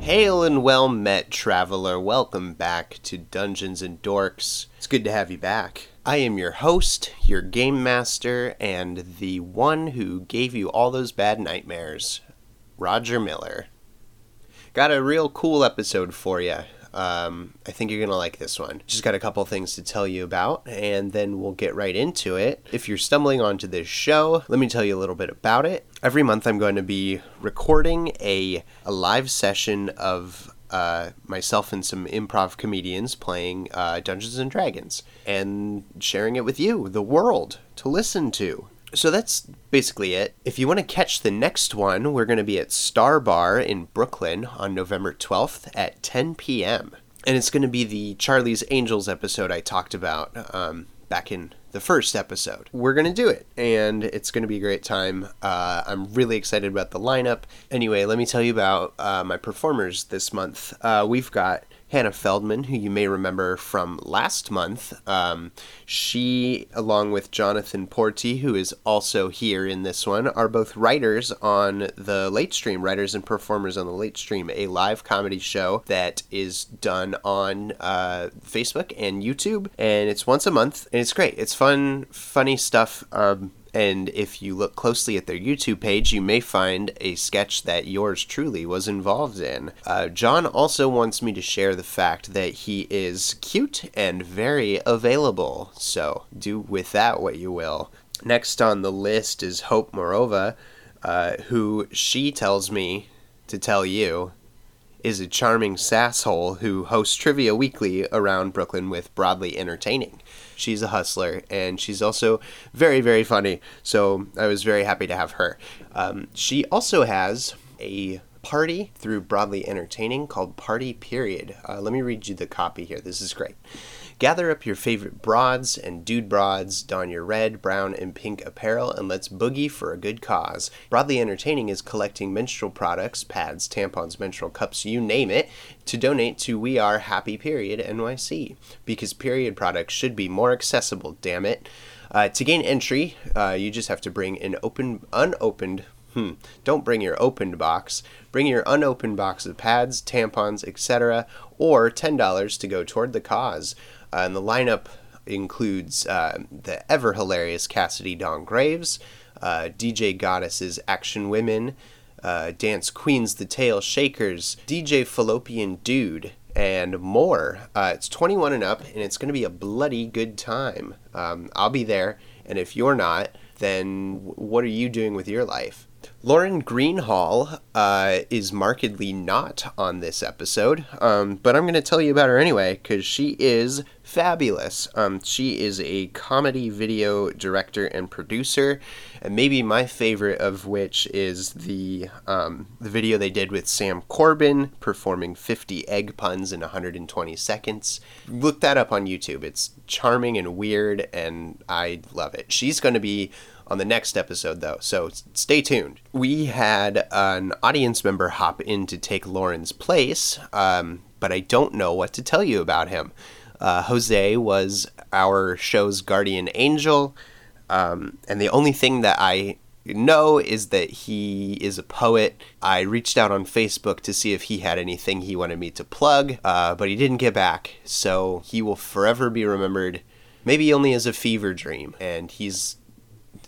Hail and well met, traveler. Welcome back to Dungeons and Dorks. It's good to have you back. I am your host, your game master, and the one who gave you all those bad nightmares, Roger Miller. Got a real cool episode for you. Um, I think you're going to like this one. Just got a couple things to tell you about, and then we'll get right into it. If you're stumbling onto this show, let me tell you a little bit about it. Every month, I'm going to be recording a, a live session of uh, myself and some improv comedians playing uh, Dungeons and Dragons and sharing it with you, the world, to listen to. So that's basically it. If you want to catch the next one, we're going to be at Star Bar in Brooklyn on November 12th at 10 p.m. And it's going to be the Charlie's Angels episode I talked about um, back in the first episode. We're going to do it, and it's going to be a great time. Uh, I'm really excited about the lineup. Anyway, let me tell you about uh, my performers this month. Uh, we've got Hannah Feldman, who you may remember from last month. Um, she, along with Jonathan Porty, who is also here in this one, are both writers on the Late Stream, writers and performers on the Late Stream, a live comedy show that is done on uh, Facebook and YouTube, and it's once a month, and it's great. It's fun, funny stuff. Um, and if you look closely at their YouTube page, you may find a sketch that yours truly was involved in. Uh, John also wants me to share the fact that he is cute and very available, so do with that what you will. Next on the list is Hope Morova, uh, who she tells me to tell you is a charming sasshole who hosts Trivia Weekly around Brooklyn with Broadly Entertaining. She's a hustler and she's also very, very funny, so I was very happy to have her. Um, she also has a party through Broadly Entertaining called Party Period. Uh, let me read you the copy here. This is great. Gather up your favorite broads and dude broads, don your red, brown, and pink apparel, and let's boogie for a good cause. Broadly Entertaining is collecting menstrual products, pads, tampons, menstrual cups, you name it, to donate to We Are Happy Period NYC. Because period products should be more accessible, damn it. Uh, to gain entry, uh, you just have to bring an open, unopened Hmm. Don't bring your opened box. Bring your unopened box of pads, tampons, etc., or $10 to go toward the cause. Uh, and the lineup includes uh, the ever hilarious Cassidy Don Graves, uh, DJ Goddess's Action Women, uh, Dance Queens The Tail Shakers, DJ Fallopian Dude, and more. Uh, it's 21 and up, and it's going to be a bloody good time. Um, I'll be there, and if you're not, then w- what are you doing with your life? Lauren Greenhall uh, is markedly not on this episode, um, but I'm going to tell you about her anyway because she is fabulous. Um, she is a comedy video director and producer, and maybe my favorite of which is the um, the video they did with Sam Corbin performing 50 egg puns in 120 seconds. Look that up on YouTube. It's charming and weird, and I love it. She's going to be on the next episode, though, so s- stay tuned. We had an audience member hop in to take Lauren's place, um, but I don't know what to tell you about him. Uh, Jose was our show's guardian angel, um, and the only thing that I know is that he is a poet. I reached out on Facebook to see if he had anything he wanted me to plug, uh, but he didn't get back, so he will forever be remembered, maybe only as a fever dream, and he's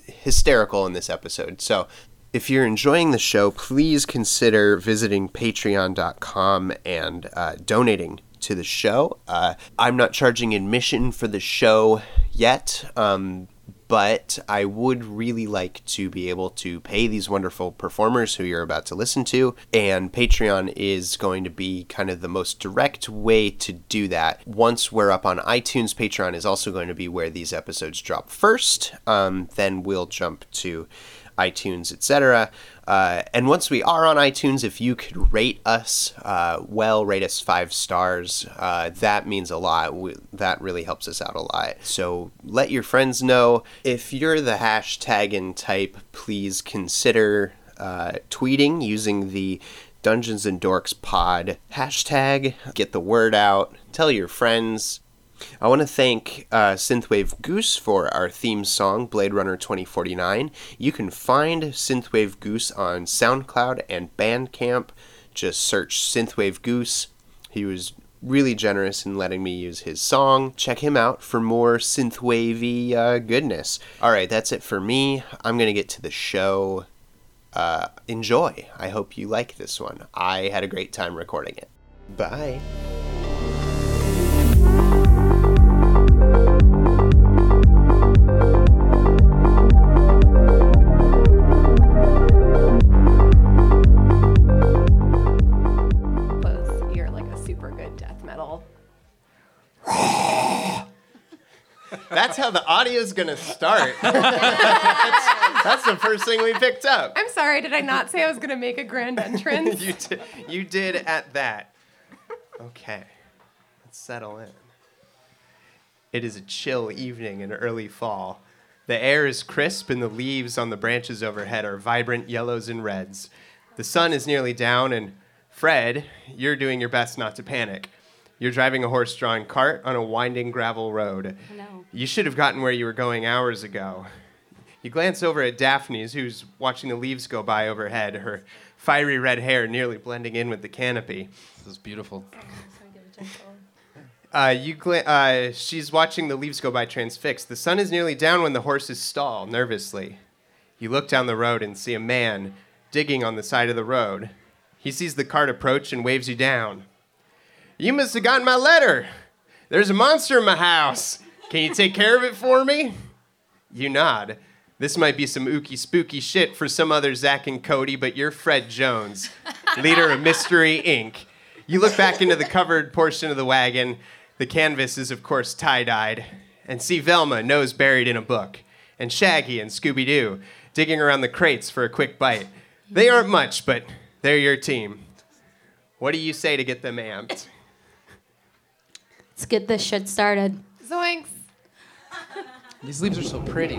hysterical in this episode. So if you're enjoying the show, please consider visiting patreon.com and uh, donating to the show. Uh, I'm not charging admission for the show yet. Um, but I would really like to be able to pay these wonderful performers who you're about to listen to. And Patreon is going to be kind of the most direct way to do that. Once we're up on iTunes, Patreon is also going to be where these episodes drop first. Um, then we'll jump to iTunes, etc. Uh, and once we are on iTunes, if you could rate us uh, well, rate us five stars, uh, that means a lot. We, that really helps us out a lot. So let your friends know. If you're the hashtag and type, please consider uh, tweeting using the Dungeons and Dorks pod hashtag. Get the word out. Tell your friends. I want to thank uh, Synthwave Goose for our theme song, Blade Runner 2049. You can find Synthwave Goose on SoundCloud and Bandcamp. Just search Synthwave Goose. He was really generous in letting me use his song. Check him out for more synthwavy uh, goodness. All right, that's it for me. I'm gonna get to the show. Uh, enjoy. I hope you like this one. I had a great time recording it. Bye. Close. You're like a super good death metal. That's how the audio's gonna start. that's, that's the first thing we picked up. I'm sorry, did I not say I was gonna make a grand entrance? you, di- you did at that. Okay. Let's settle in. It is a chill evening in early fall. The air is crisp, and the leaves on the branches overhead are vibrant yellows and reds. The sun is nearly down, and Fred, you're doing your best not to panic. You're driving a horse drawn cart on a winding gravel road. No. You should have gotten where you were going hours ago. You glance over at Daphne's, who's watching the leaves go by overhead, her fiery red hair nearly blending in with the canopy. This is beautiful. Uh, you gla- uh, she's watching the leaves go by transfixed. The sun is nearly down when the horses stall nervously. You look down the road and see a man digging on the side of the road. He sees the cart approach and waves you down. You must have gotten my letter. There's a monster in my house. Can you take care of it for me? You nod. This might be some ooky spooky shit for some other Zach and Cody, but you're Fred Jones, leader of Mystery Inc. You look back into the covered portion of the wagon. The canvas is, of course, tie dyed, and see Velma, nose buried in a book, and Shaggy and Scooby Doo digging around the crates for a quick bite. They aren't much, but they're your team. What do you say to get them amped? Let's get this shit started. Zoinks! These leaves are so pretty.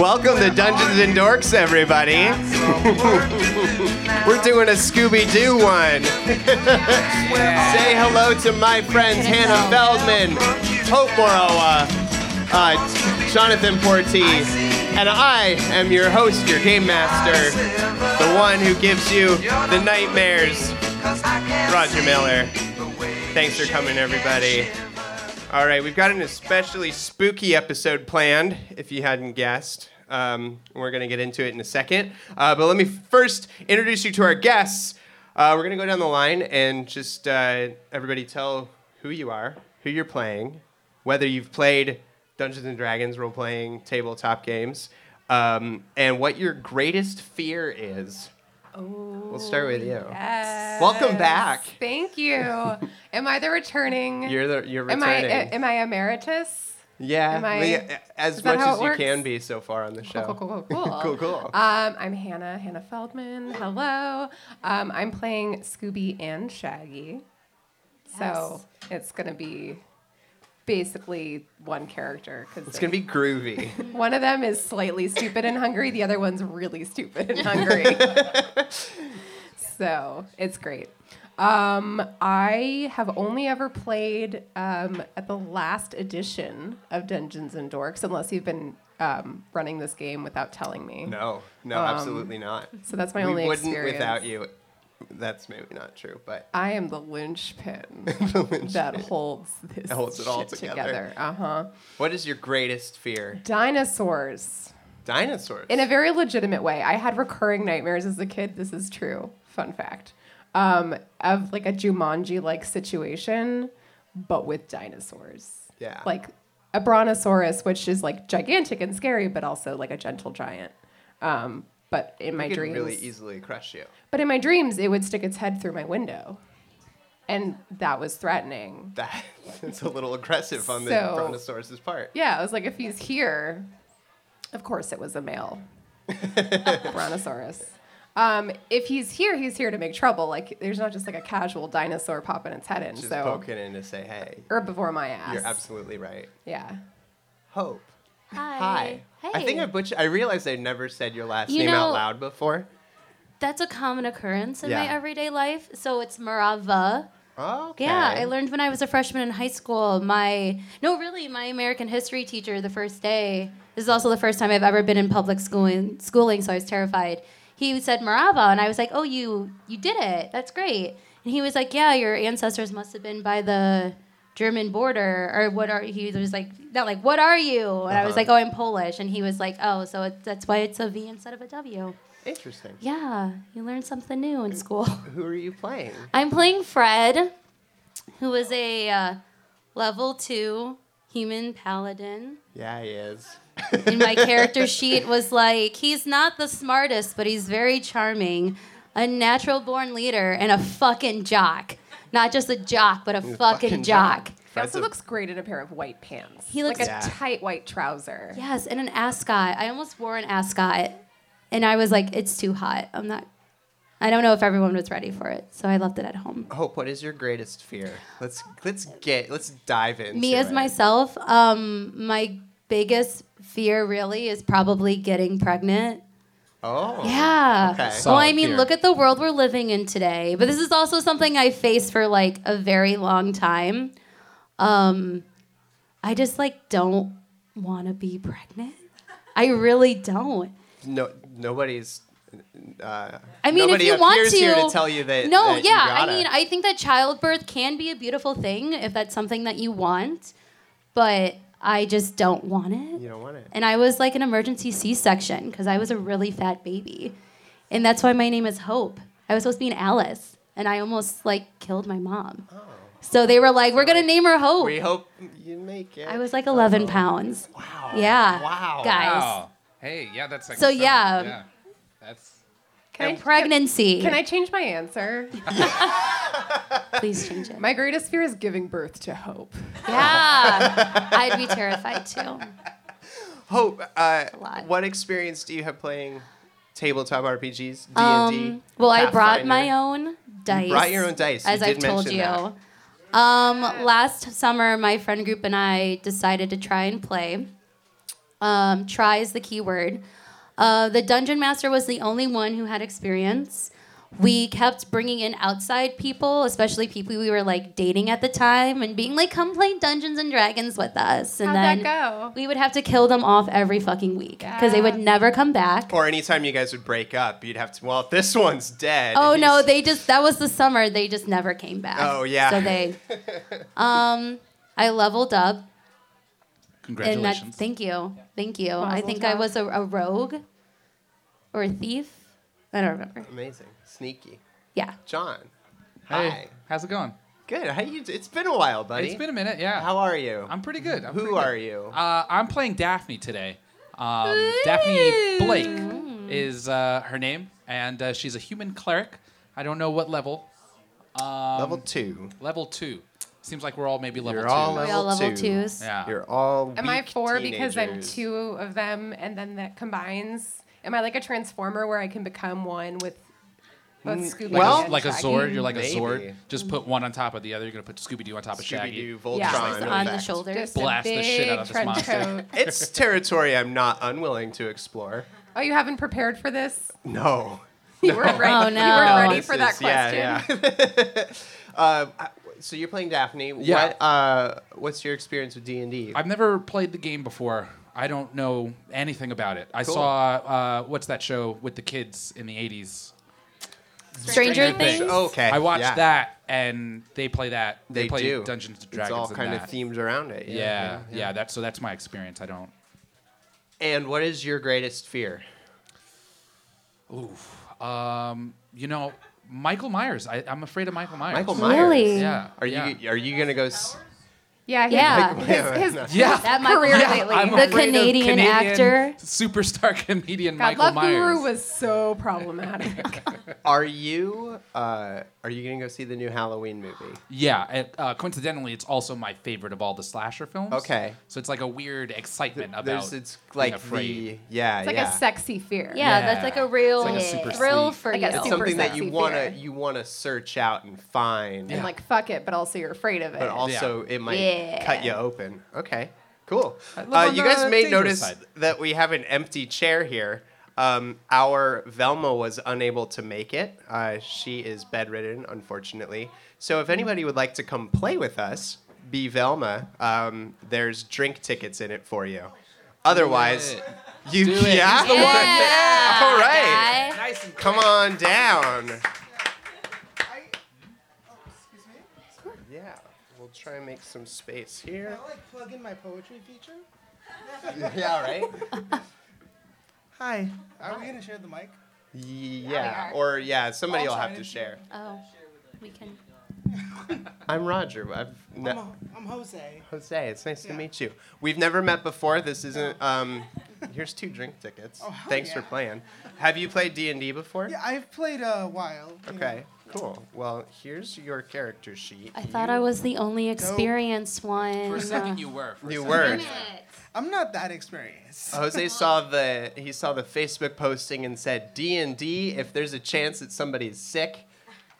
Welcome to Dungeons and Dorks, everybody. We're doing a Scooby Doo one. Say hello to my friends Hannah Feldman, Hope Moroa, uh, Jonathan Porti, and I am your host, your game master, the one who gives you the nightmares, Roger Miller. Thanks for coming, everybody. All right, we've got an especially spooky episode planned, if you hadn't guessed. Um, we're going to get into it in a second. Uh, but let me first introduce you to our guests. Uh, we're going to go down the line and just uh, everybody tell who you are, who you're playing, whether you've played Dungeons and Dragons role playing tabletop games, um, and what your greatest fear is. Oh, we'll start with you. Yes. Welcome back. Thank you. Am I the returning? You're the you're am returning. I am I emeritus? Yeah, Am I- Leah, as is that much how as it you works? can be so far on the show. Cool, cool, cool, cool. Cool, cool. Um, I'm Hannah, Hannah Feldman. Hello. Um, I'm playing Scooby and Shaggy. So it's going to be basically one character because It's gonna be groovy. one of them is slightly stupid and hungry, the other one's really stupid and hungry. so it's great. Um, I have only ever played um, at the last edition of Dungeons and Dorks, unless you've been um, running this game without telling me. no, no, absolutely not. So that's Um, my we only wouldn't experience. without you. That's maybe not true, but I am the linchpin that holds this That holds it all shit together. Uh huh. what is your greatest fear? Dinosaurs. Dinosaurs. In a very legitimate way, I had recurring nightmares as a kid. This is true. Fun fact. Um, of like a Jumanji like situation, but with dinosaurs. Yeah. Like a brontosaurus, which is like gigantic and scary, but also like a gentle giant. Um, but in my could dreams, really easily crush you. but in my dreams, it would stick its head through my window, and that was threatening. That it's a little aggressive on the So- brontosaurus's part. Yeah, I was like, if he's here, of course it was a male brontosaurus. Um, if he's here, he's here to make trouble. Like, there's not just like a casual dinosaur popping its head in. Just so poking in to say, hey, herbivore my ass. you're absolutely right. yeah. Hope. Hi. Hi. Hey. I think I butch I realized I never said your last You name out know- loud before. That's a common occurrence in Yeah. my everyday life. So it's Marava. Okay. Yeah, I learned when I was a freshman in high school. My no, really, my American history teacher the first day. This is also the first time I've ever been in public schooling, schooling so I was terrified. He said Marava, and I was like, "Oh, you you did it. That's great." And he was like, "Yeah, your ancestors must have been by the German border, or what are?" He was like, "Not like what are you?" And I was Uh-huh. like, "Oh, I'm Polish." And he was like, "Oh, so it, that's why it's a V instead of a W." Interesting. Yeah, you learn something new Mm. in school. Who are you playing? I'm playing Fred, who is a uh, level two human paladin. Yeah, he is. And my character sheet was like, he's not the smartest, but he's very charming, a natural born leader, and a fucking jock. Not just a jock, but a fucking, jock. He Fred's also a- looks great in a pair of white pants. He like looks- a Yeah. tight white trouser. Yes, and an ascot. I almost wore an ascot, and I was like, it's too hot. I'm not. I don't know if everyone was ready for it, so I left it at home. Hope, Oh, what is your greatest fear? Let's let's get let's dive into me as it. myself um my biggest fear really is probably getting pregnant Oh. yeah Okay. well i Solid mean fear. look at the world we're living in today but this is also something i faced for like a very long time um i just like don't want to be pregnant i really don't No, nobody's. Uh, I mean, nobody if you appears want to, here to tell you that. No, that you yeah. I gotta. mean, I think that childbirth can be a beautiful thing if that's something that you want, but I just don't want it. you don't want it. and I was like an emergency C-section because I was a really fat baby, and that's why my name is Hope. I was supposed to be an Alice, and I almost like killed my mom. So they were like, "We're gonna name her Hope." Oh. We hope you make it. oh. I was like 11 pounds. Wow. Yeah. Wow. Guys. Wow. Oh, Hey, yeah, that's like. So, seven. yeah. That's. Can I, Pregnancy. Can I change my answer? please change it? My greatest fear is giving birth to hope. yeah, I'd be terrified too. Hope. Uh, a lot. what experience do you have playing tabletop RPGs? D and D. Um, well, I brought my own dice. brought your own dice. You as did I've told mention you. that. Um, last summer, my friend group and I decided to try and play. Um, try is the key word. Uh, the dungeon master was the only one who had experience. We kept bringing in outside people, especially people we were like dating at the time, and being like, "Come play Dungeons and Dragons with us." And How'd then that go? we would have to kill them off every fucking week because they would never come back. Or anytime you guys would break up, you'd have to. Well, if this one's dead. Oh he's- no, they just that was the summer. They just never came back. Oh, yeah. So they, um, I leveled up, and that. Congratulations. Thank you, thank you. I Mazel think I tov. was a, a rogue, or a thief. I don't remember. Amazing. Sneaky. Yeah. John. hey, Hi. how's it going? Good. How you? It's been a while, buddy. It's been a minute. Yeah. How are you? I'm pretty good. I'm Who pretty are good. you? Uh, I'm playing Daphne today. Um, Daphne Blake is uh, her name, and uh, she's a human cleric. I don't know what level. Um, level two. level two. Seems like we're all maybe level You're two. all We level, all level two. twos. Yeah. You're all. Am I weak four because I'm teenagers. two of them and then that combines? Am I like a transformer where I can become one with both Scooby Like, Well- a, Mm, like a Zord, you're like a Maybe. Zord. Just put one on top of the other. You're gonna put Scooby Doo on top of Shaggy. Scooby-Doo, Voltron. Yeah. Just on the effect. shoulders. just a Blast the shit big out of this trench monster. coat. It's territory I'm not unwilling to explore. Oh, you haven't prepared for this? No. You weren't ready, Oh, you no. weren't ready This for that is- question. Yeah, yeah. uh, so you're playing Daphne. Yeah. What, uh, what's your experience with D and D? I've never played the game before. I don't know anything about it. I Cool. saw uh, what's that show with the kids in the '80s? Stranger Things. Okay. I watched yeah. that, and they play that. They, play do. Dungeons and It's Dragons. all and kind that. of themed around it. Yeah, yeah, That so that's my experience. I don't. And what is your greatest fear? Um, you know, Michael Myers. I, I'm afraid of Michael Myers. Michael Myers. Really? Yeah. Are yeah. you are you gonna go? S- Yeah, he- Yeah. His, his Yeah. That Michael career Yeah, lately. I'm The afraid of Canadian actor. superstar comedian God, Michael Love Myers. Guru was so problematic. Are you uh, are you gonna go see the new Halloween movie? Yeah, and, uh, coincidentally, it's also my favorite of all the slasher films. Okay. so it's like a weird excitement about. There's it's being like afraid. the yeah It's like yeah. a sexy fear. Yeah, Yeah. that's like a real It's like a super thrill sweet- for Like you. a it's super something that sexy you wanna fear. you wanna search out and find. And Yeah. like, fuck it, but also you're afraid of it. but also it might Yeah. cut you open. Okay, cool. I live Uh, on you the guys may dangerous notice side. that we have an empty chair here. Um, our Velma was unable to make it. Uh, she is bedridden, unfortunately. So if anybody would like to come play with us, be Velma. Um, there's drink tickets in it for you. Otherwise, it. you Do it. yeah. He's the one. Yeah, All right. guy. Nice and Come on down. oh, Excuse me? Yeah, we'll try and make some space Can here. I like plug in my poetry feature? Yeah, right? Hi. Are we gonna share the mic? Yeah, or yeah, somebody I'll will try have to to- share. Oh, we can. I'm Roger. I've ne- I'm, a, I'm Jose. Jose, it's nice to Yeah. meet you. We've never met before. This isn't. Um, here's two drink tickets. Oh, hell Thanks for yeah. playing. Have you played D and D before? Yeah, I've played a while. you know. Okay. Cool. Well, here's your character sheet. I thought I was the only experienced one. For a second, you were. For a You second. were. I'm not that experienced. Jose saw the he saw the Facebook posting and said D and D. If there's a chance that somebody's sick,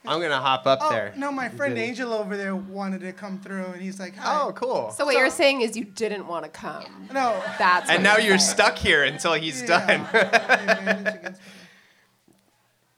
I'm gonna hop up oh, there. no, my friend did it. Angel over there wanted to come through, and he's like, Hi. Oh, cool. So what you're saying is you didn't want to come. no. That's and what now you're saying. stuck here until he's done. done.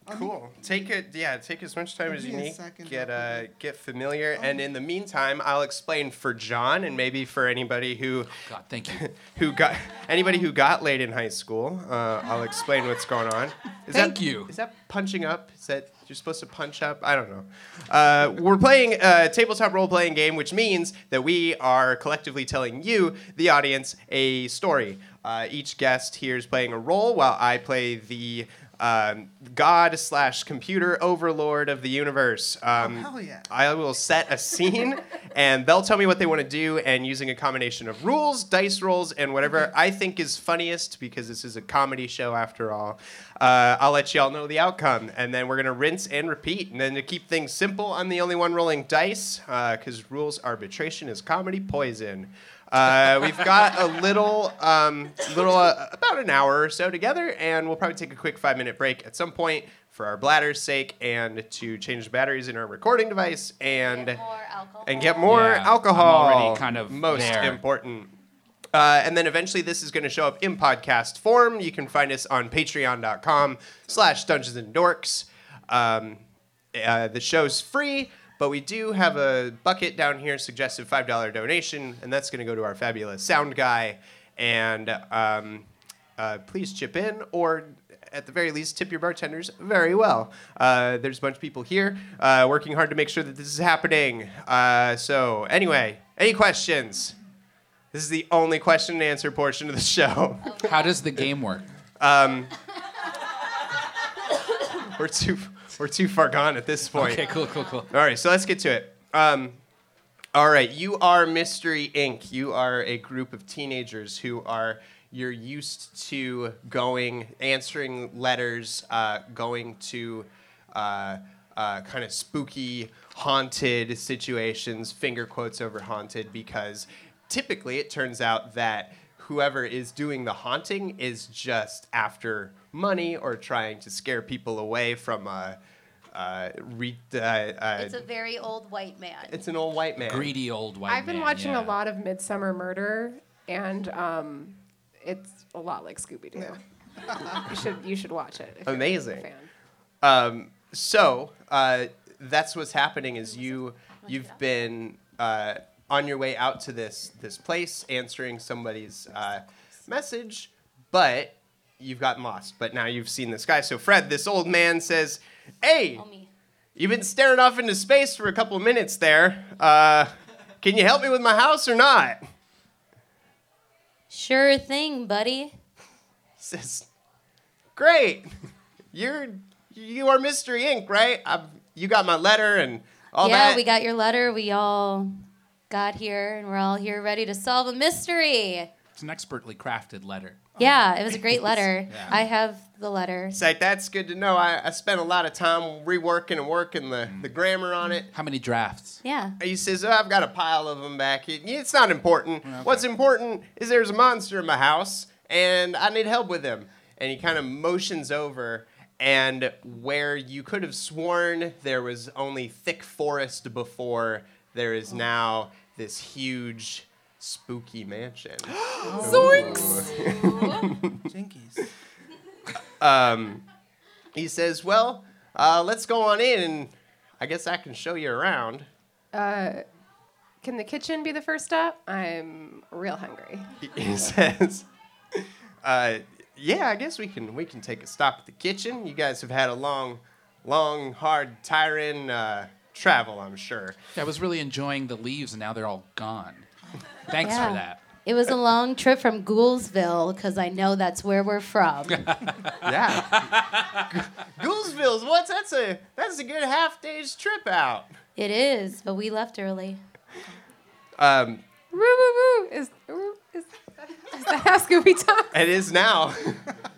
Cool. Take it. Yeah, take as much time as you Give me a need. second Get real uh, get familiar, and in the meantime, I'll explain for John and maybe for anybody who God, thank you. who got anybody who got laid in high school. Uh, I'll explain what's going on. Is Thank that, you. Is that punching up? Is that you're supposed to punch up? I don't know. Uh, we're playing a tabletop role-playing game, which means that we are collectively telling you, the audience, a story. Uh, each guest here is playing a role, while I play the um, god slash computer overlord of the universe. Um, Oh, hell yeah. I will set a scene, and they'll tell me what they want to do, and using a combination of rules, dice rolls, and whatever I think is funniest, because this is a comedy show after all, uh, I'll let y'all know the outcome, and then we're gonna rinse and repeat. And then to keep things simple, I'm the only one rolling dice, because rules arbitration is comedy poison. Uh, we've got a little, um, little uh, about an hour or so together, and we'll probably take a quick five minute break at some point for our bladder's sake, and to change the batteries in our recording device, and Get more alcohol. and get more Yeah, I'm alcohol. already kind of most there. important. Uh, and then eventually this is going to show up in podcast form. You can find us on patreon.com slash dungeons and dorks. Um, uh, the show's free, but we do have a bucket down here, suggested $5 donation, and that's going to go to our fabulous sound guy. And um, uh, please chip in or at the very least tip your bartenders very well uh, there's a bunch of people here uh, working hard to make sure that this is happening uh, so anyway any questions this is the only question and answer portion of the show How does the game work? we're too we're too far gone at this point Okay, cool, cool, cool. all right so let's get to it um, all right you are mystery inc you are a group of teenagers who are you're used to going answering letters uh, going to uh, uh, kind of spooky haunted situations finger quotes over haunted because typically it turns out that whoever is doing the haunting is just after money or trying to scare people away from a uh, re- uh, uh, It's a very old white man. it's an old white man. Greedy old white I've been man, watching yeah. a lot of Midsummer Murder, and um, it's a lot like Scooby Doo. you should you should watch it. if you're a Amazing. fan. Um, so uh, that's what's happening is you you've been uh, on your way out to this this place answering somebody's uh, message, but you've gotten lost. But now you've seen this guy. So Fred, this old man says, "Hey, Oh, me. you've been staring off into space for a couple of minutes there. Uh, can you help me with my house or not?" Sure thing, buddy. says, "Great, you're you are Mystery Inc. Right? I've, you got my letter and all yeah, that. we got your letter. We all got here, and we're all here ready to solve a mystery. It's an expertly crafted letter. Yeah, it was a great letter. Yeah. I have the letter. it's like that's good to know. I, I spent a lot of time reworking and working the the grammar on it." How many drafts? Yeah. He says, oh, "I've got a pile of them back here. It's not important. What's important is there's a monster in my house, and I need help with him." And he kind of motions over, and where you could have sworn there was only thick forest before, there is now this huge, spooky mansion. Jinkies. um, he says, "Well, uh, let's go on in, and I guess I can show you around." Can the kitchen be the first stop? I'm real hungry. he says, uh, "Yeah, I guess we can we can take a stop at the kitchen. You guys have had a long, long, hard, tiring uh, travel, I'm sure. I was really enjoying the leaves, and now they're all gone. Thanks Yeah. for that. It was a long trip from Goulsville because I know that's where we're from. Yeah, Goolsville's what's that's a that's a good half day's trip out. it is, but we left early. Um, Woo woo woo! Is woo, is, is that how Scooby talks? it is now.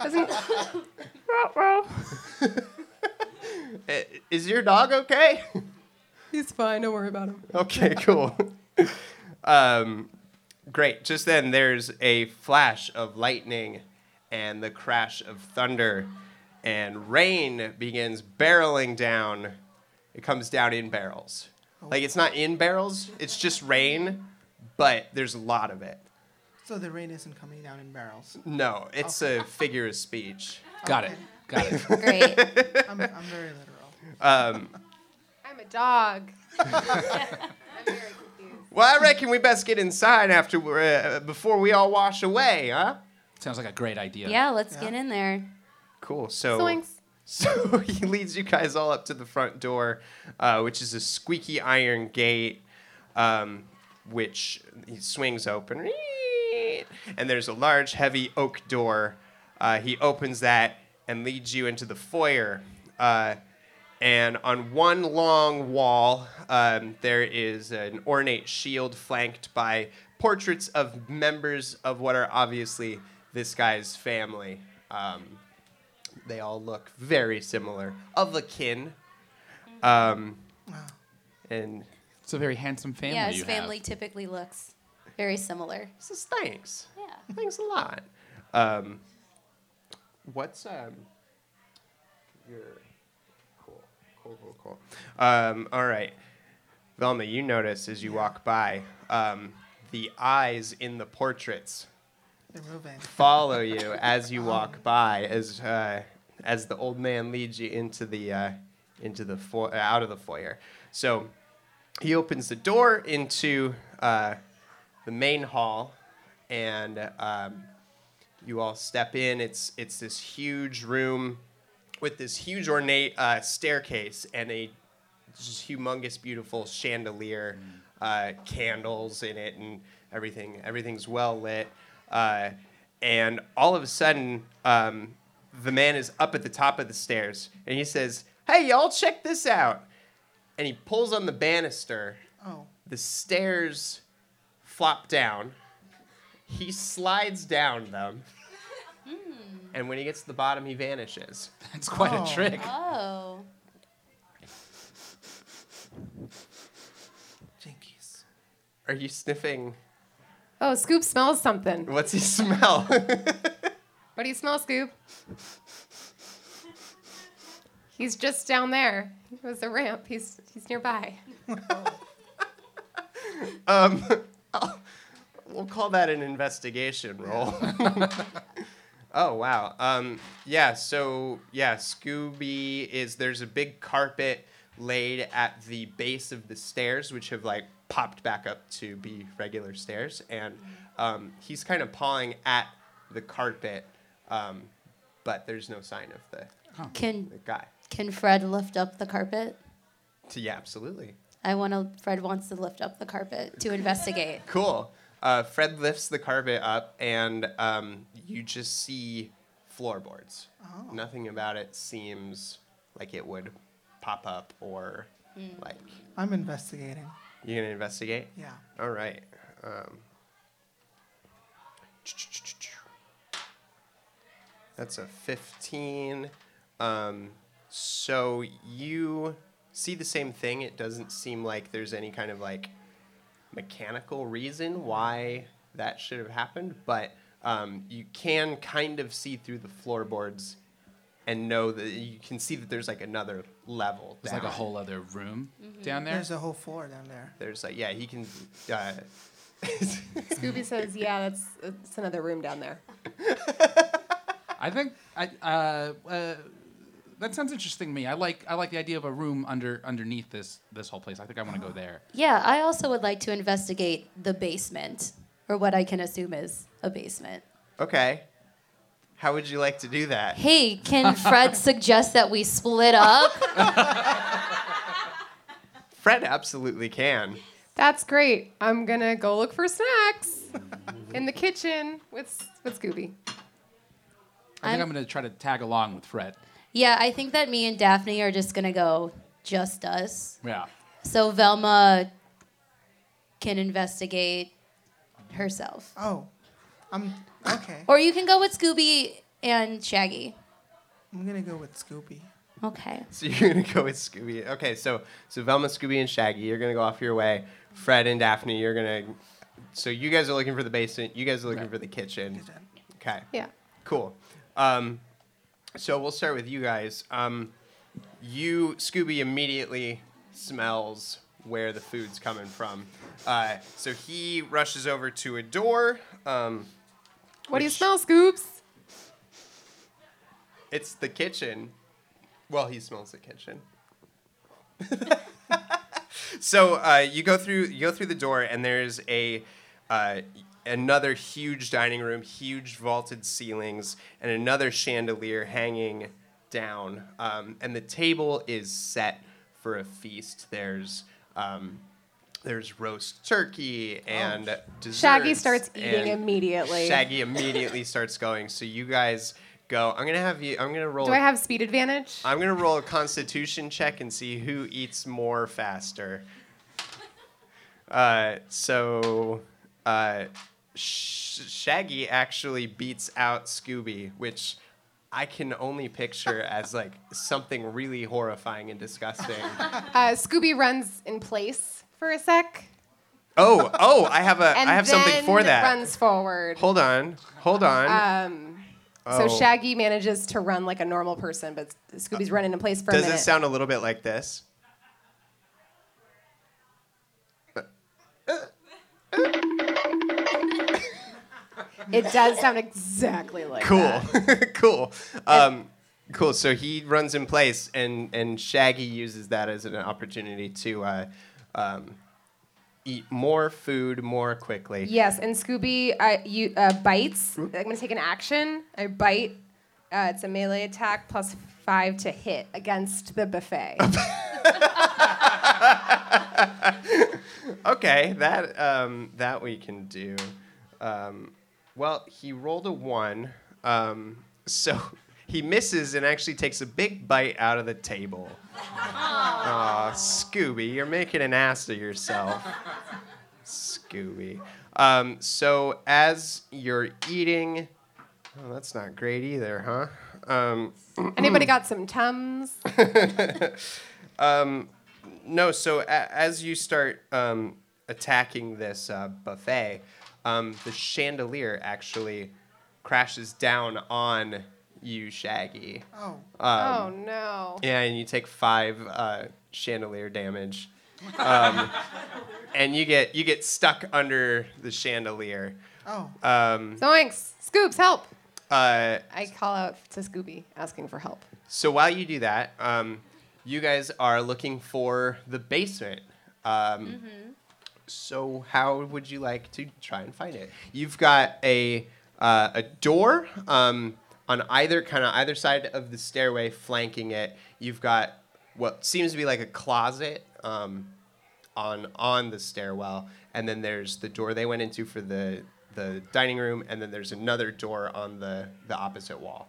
Isn't Wow, wow. I- is your dog okay? He's fine. Don't worry about him. okay, cool. um, great. Just then, there's a flash of lightning and the crash of thunder, and rain begins barreling down. It comes down in barrels. Like, it's not in barrels, it's just rain, but there's a lot of it. So the rain isn't coming down in barrels. No, it's a figure of speech. Got it. Got it. Great. I'm, I'm very literal. I'm a dog. I'm very confused. Well, I reckon we best get inside after we're, uh, before we all wash away, huh? Sounds like a great idea. yeah, let's get in there. Cool. So. Zoinks. So he leads you guys all up to the front door, uh, which is a squeaky iron gate, um, which he swings open. And there's a large, heavy oak door. Uh, he opens that and leads you into the foyer. Uh, and on one long wall, um, there is an ornate shield flanked by portraits of members of what are obviously this guy's family. Um, they all look very similar, of a kin. Um, and It's a very handsome family. yeah, his you have. family typically looks very similar. so thanks. Yeah. Thanks a lot. Um, what's um, your cool, cool, cool, cool. Um, all right, Velma, you notice as you walk by, um, the eyes in the portraits They're moving. follow you as you walk by as uh, as the old man leads you into the uh, into the fo- uh, out of the foyer. So he opens the door into uh, the main hall, and um, you all step in. It's it's this huge room with this huge ornate uh, staircase and a just humongous, beautiful chandelier, uh, candles in it, and everything. Everything's well lit. Uh, and all of a sudden, um, the man is up at the top of the stairs, and he says, "Hey, y'all, check this out!" And he pulls on the banister. Oh, The stairs flop down. He slides down them. And when he gets to the bottom, he vanishes. That's quite Oh. a trick. Oh. jinkies. Are you sniffing? Oh, Scoop smells something. What's he smell? What do you smell, Scoop? He's just down there. It was a ramp. He's he's nearby. um, I'll- we'll call that an investigation roll. oh wow. Um, yeah. So yeah, Scooby is there's a big carpet laid at the base of the stairs, which have like popped back up to be regular stairs, and um, he's kind of pawing at the carpet, um, but there's no sign of the, Can the guy. can Fred lift up the carpet? Yeah, absolutely. I want to. Fred wants to lift up the carpet to investigate. Cool. Uh, Fred lifts the carpet up, and um, you just see floorboards. Nothing about it seems like it would pop up or like. I'm investigating. You're gonna investigate. Yeah. All right. Um, that's a 15. Um, so you see the same thing. It doesn't seem like there's any kind of like mechanical reason why that should have happened, but um, you can kind of see through the floorboards and know that you can see that there's like another level. There's like a down. whole other room Mm-hmm. down there. There's a whole floor down there. There's like yeah, he can. Uh, Scooby says, "Yeah, that's it's another room down there." I think I, uh, uh, that sounds interesting to me. I like I like the idea of a room under underneath this this whole place. I think I Oh. want to go there. Yeah, I also would like to investigate the basement, or what I can assume is a basement. Okay. How would you like to do that? Hey, can Fred suggest that we split up? Fred absolutely can. That's great. I'm gonna go look for snacks in the kitchen with with Scooby. I think I'm- I'm going to try to tag along with Fred. yeah, I think that me and Daphne are just gonna go just us. Yeah. So Velma can investigate herself. Oh, I'm okay. Or you can go with Scooby and Shaggy. I'm gonna go with Scooby. Okay. So you're gonna go with Scooby. Okay, so so Velma, Scooby, and Shaggy, you're gonna go off your way. Fred and Daphne, you're gonna. So you guys are looking for the basement. You guys are looking for the kitchen. Okay. Yeah. Cool. Um, so we'll start with you guys. Um, you, Scooby, immediately smells where the food's coming from. Uh, so he rushes over to a door. Um, What do you Which- smell, Scoops? it's the kitchen. Well, he smells the kitchen. so uh, you go through you go through the door, and there's a uh, another huge dining room, huge vaulted ceilings, and another chandelier hanging down. Um, and the table is set for a feast. There's um, there's roast turkey and desserts. Oh. Shaggy starts and eating immediately. Shaggy immediately starts going. So you guys go. I'm gonna have you. I'm gonna roll. Do I have speed advantage? I'm gonna roll a constitution check and see who eats more faster. Uh, so, uh, Sh- Shaggy actually beats out Scooby, which I can only picture as like something really horrifying and disgusting. Uh, Scooby runs in place for a sec, oh, oh, I have a, I and have something then for that. Runs forward. Hold on, hold on. Um, Oh. Uh, So Shaggy manages to run like a normal person, but Scooby's running in place for a Does minute. it sound a little bit like this? it does sound exactly like cool that. cool um, cool so he runs in place and and shaggy uses that as an opportunity to uh, um, eat more food more quickly Yes, and Scooby, uh, you uh, bites. I'm gonna take an action. I bite. Uh, it's a melee attack plus five to hit against the buffet. okay that um, that we can do um, well he rolled a one um, so he misses and actually takes a big bite out of the table Aw, Scooby, you're making an ass of yourself. Scooby. Um, so as you're eating, oh, that's not great either, huh? Um, Anybody got some tums? no, so a- as you start um, attacking this uh, buffet, um, the chandelier actually crashes down on you, Shaggy. Oh, oh no! Yeah, and you take five uh, chandelier damage, um, and you get you get stuck under the chandelier. oh, Um, Zoinks! Scoops, help! uh, I call out to Scooby, asking for help. so while you do that, um, you guys are looking for the basement. Um, So how would you like to try and find it? You've got a uh, a door um, on either kind of either side of the stairway, flanking it. You've got what seems to be like a closet um, on on the stairwell, and then there's the door they went into for the the dining room, and then there's another door on the the opposite wall.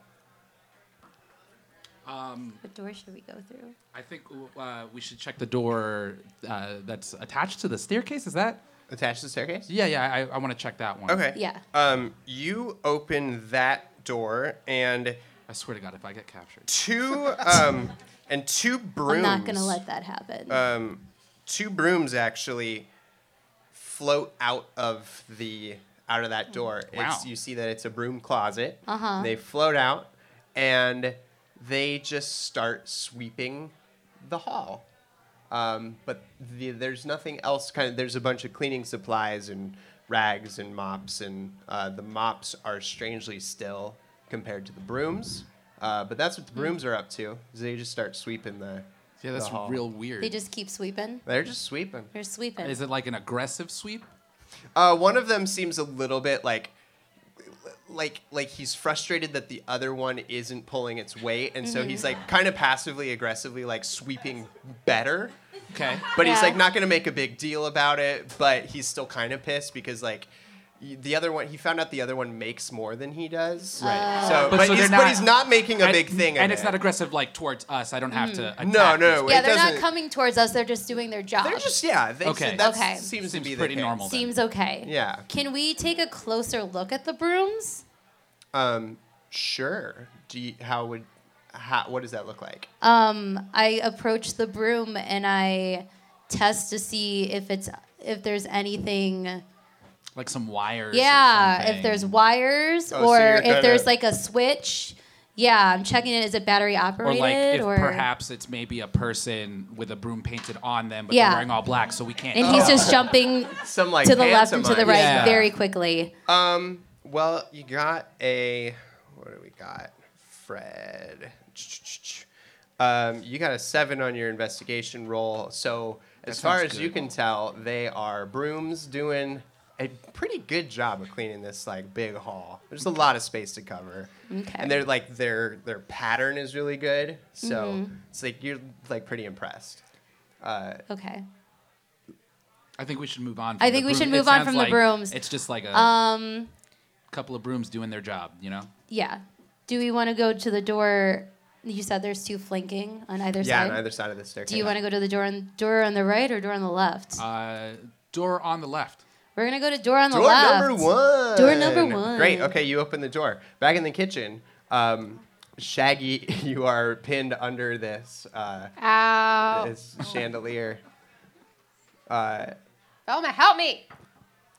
What door should we go through? I think uh, we should check the door uh, that's attached to the staircase. Is that? Attached to the staircase? Yeah, yeah. I, I want to check that one. Okay. Yeah. Um, you open that door and I swear to God, if I get captured. two um and two brooms. I'm not gonna let that happen. two brooms actually float out of the out of that door. Wow. It's, you see that it's a broom closet. Uh-huh. They float out and they just start sweeping the hall. Um, but the, there's nothing else. Kind of, there's a bunch of cleaning supplies and rags and mops, and uh, the mops are strangely still compared to the brooms. Uh, but that's what the brooms are up to. Is they just start sweeping the. Yeah, that's the hall. real weird. They just keep sweeping. They're just sweeping. They're sweeping. Is it like an aggressive sweep? Uh, one of them seems a little bit like, like, like he's frustrated that the other one isn't pulling its weight, and Mm-hmm. so he's like kind of passively aggressively like sweeping better, Okay. but he's Yeah. like not gonna make a big deal about it. But he's still kind of pissed because like. y- The other one, he found out the other one makes more than he does. Right. Oh. So, But but, so he's, they're but not- he's not making a And- big thing. of And it's it. not aggressive like towards us. I don't have to. Attack No, this. no, yeah, it they're not doesn't- coming towards us. They're just doing their job. They're just yeah. They, Okay. okay. That Okay. seems, to Seems be the pretty case. normal. Seems okay. Yeah. Can we take a closer look at the brooms? Um, sure. Do you, how would how, what does that look like? Um, I approach the broom and I test to see if it's if there's anything. Like some wires. or Yeah, if something. there's wires Oh, so or you're if there's gonna- like a switch. Yeah, I'm checking it. Is it battery Or operated? like if perhaps it's maybe a person with a broom painted on them, but Yeah. they're wearing all black, so we can't. and he's just jumping Some Oh. like to the left and to the pantomime. right Yeah. very quickly. Um, well, you got a what do we got? Fred. Um, you got a seven on your investigation roll. So as far as sounds you good. can tell, they are brooms doing a pretty good job of cleaning this like big hall. There's a lot of space to cover. Okay. And they're like their their pattern is really good. So Mm-hmm. it's like you're like pretty impressed. Uh, Okay. I think we should move on. I from the think we broom- should it move on sounds from the like brooms. It's just like a Um. couple of brooms doing their job, you know. Yeah. Do we want to go to the door? You said there's two flanking on either yeah, side. on either side of the staircase. Do you want to go to the door on door on the right or door on the left? Uh, door on the left. We're gonna go to Oh, door on the Door left. number one. Door number one. Great. Okay, you open the door. Back in the kitchen, um, Shaggy, you are pinned under this uh, Ow. this chandelier. Uh, Velma, help me.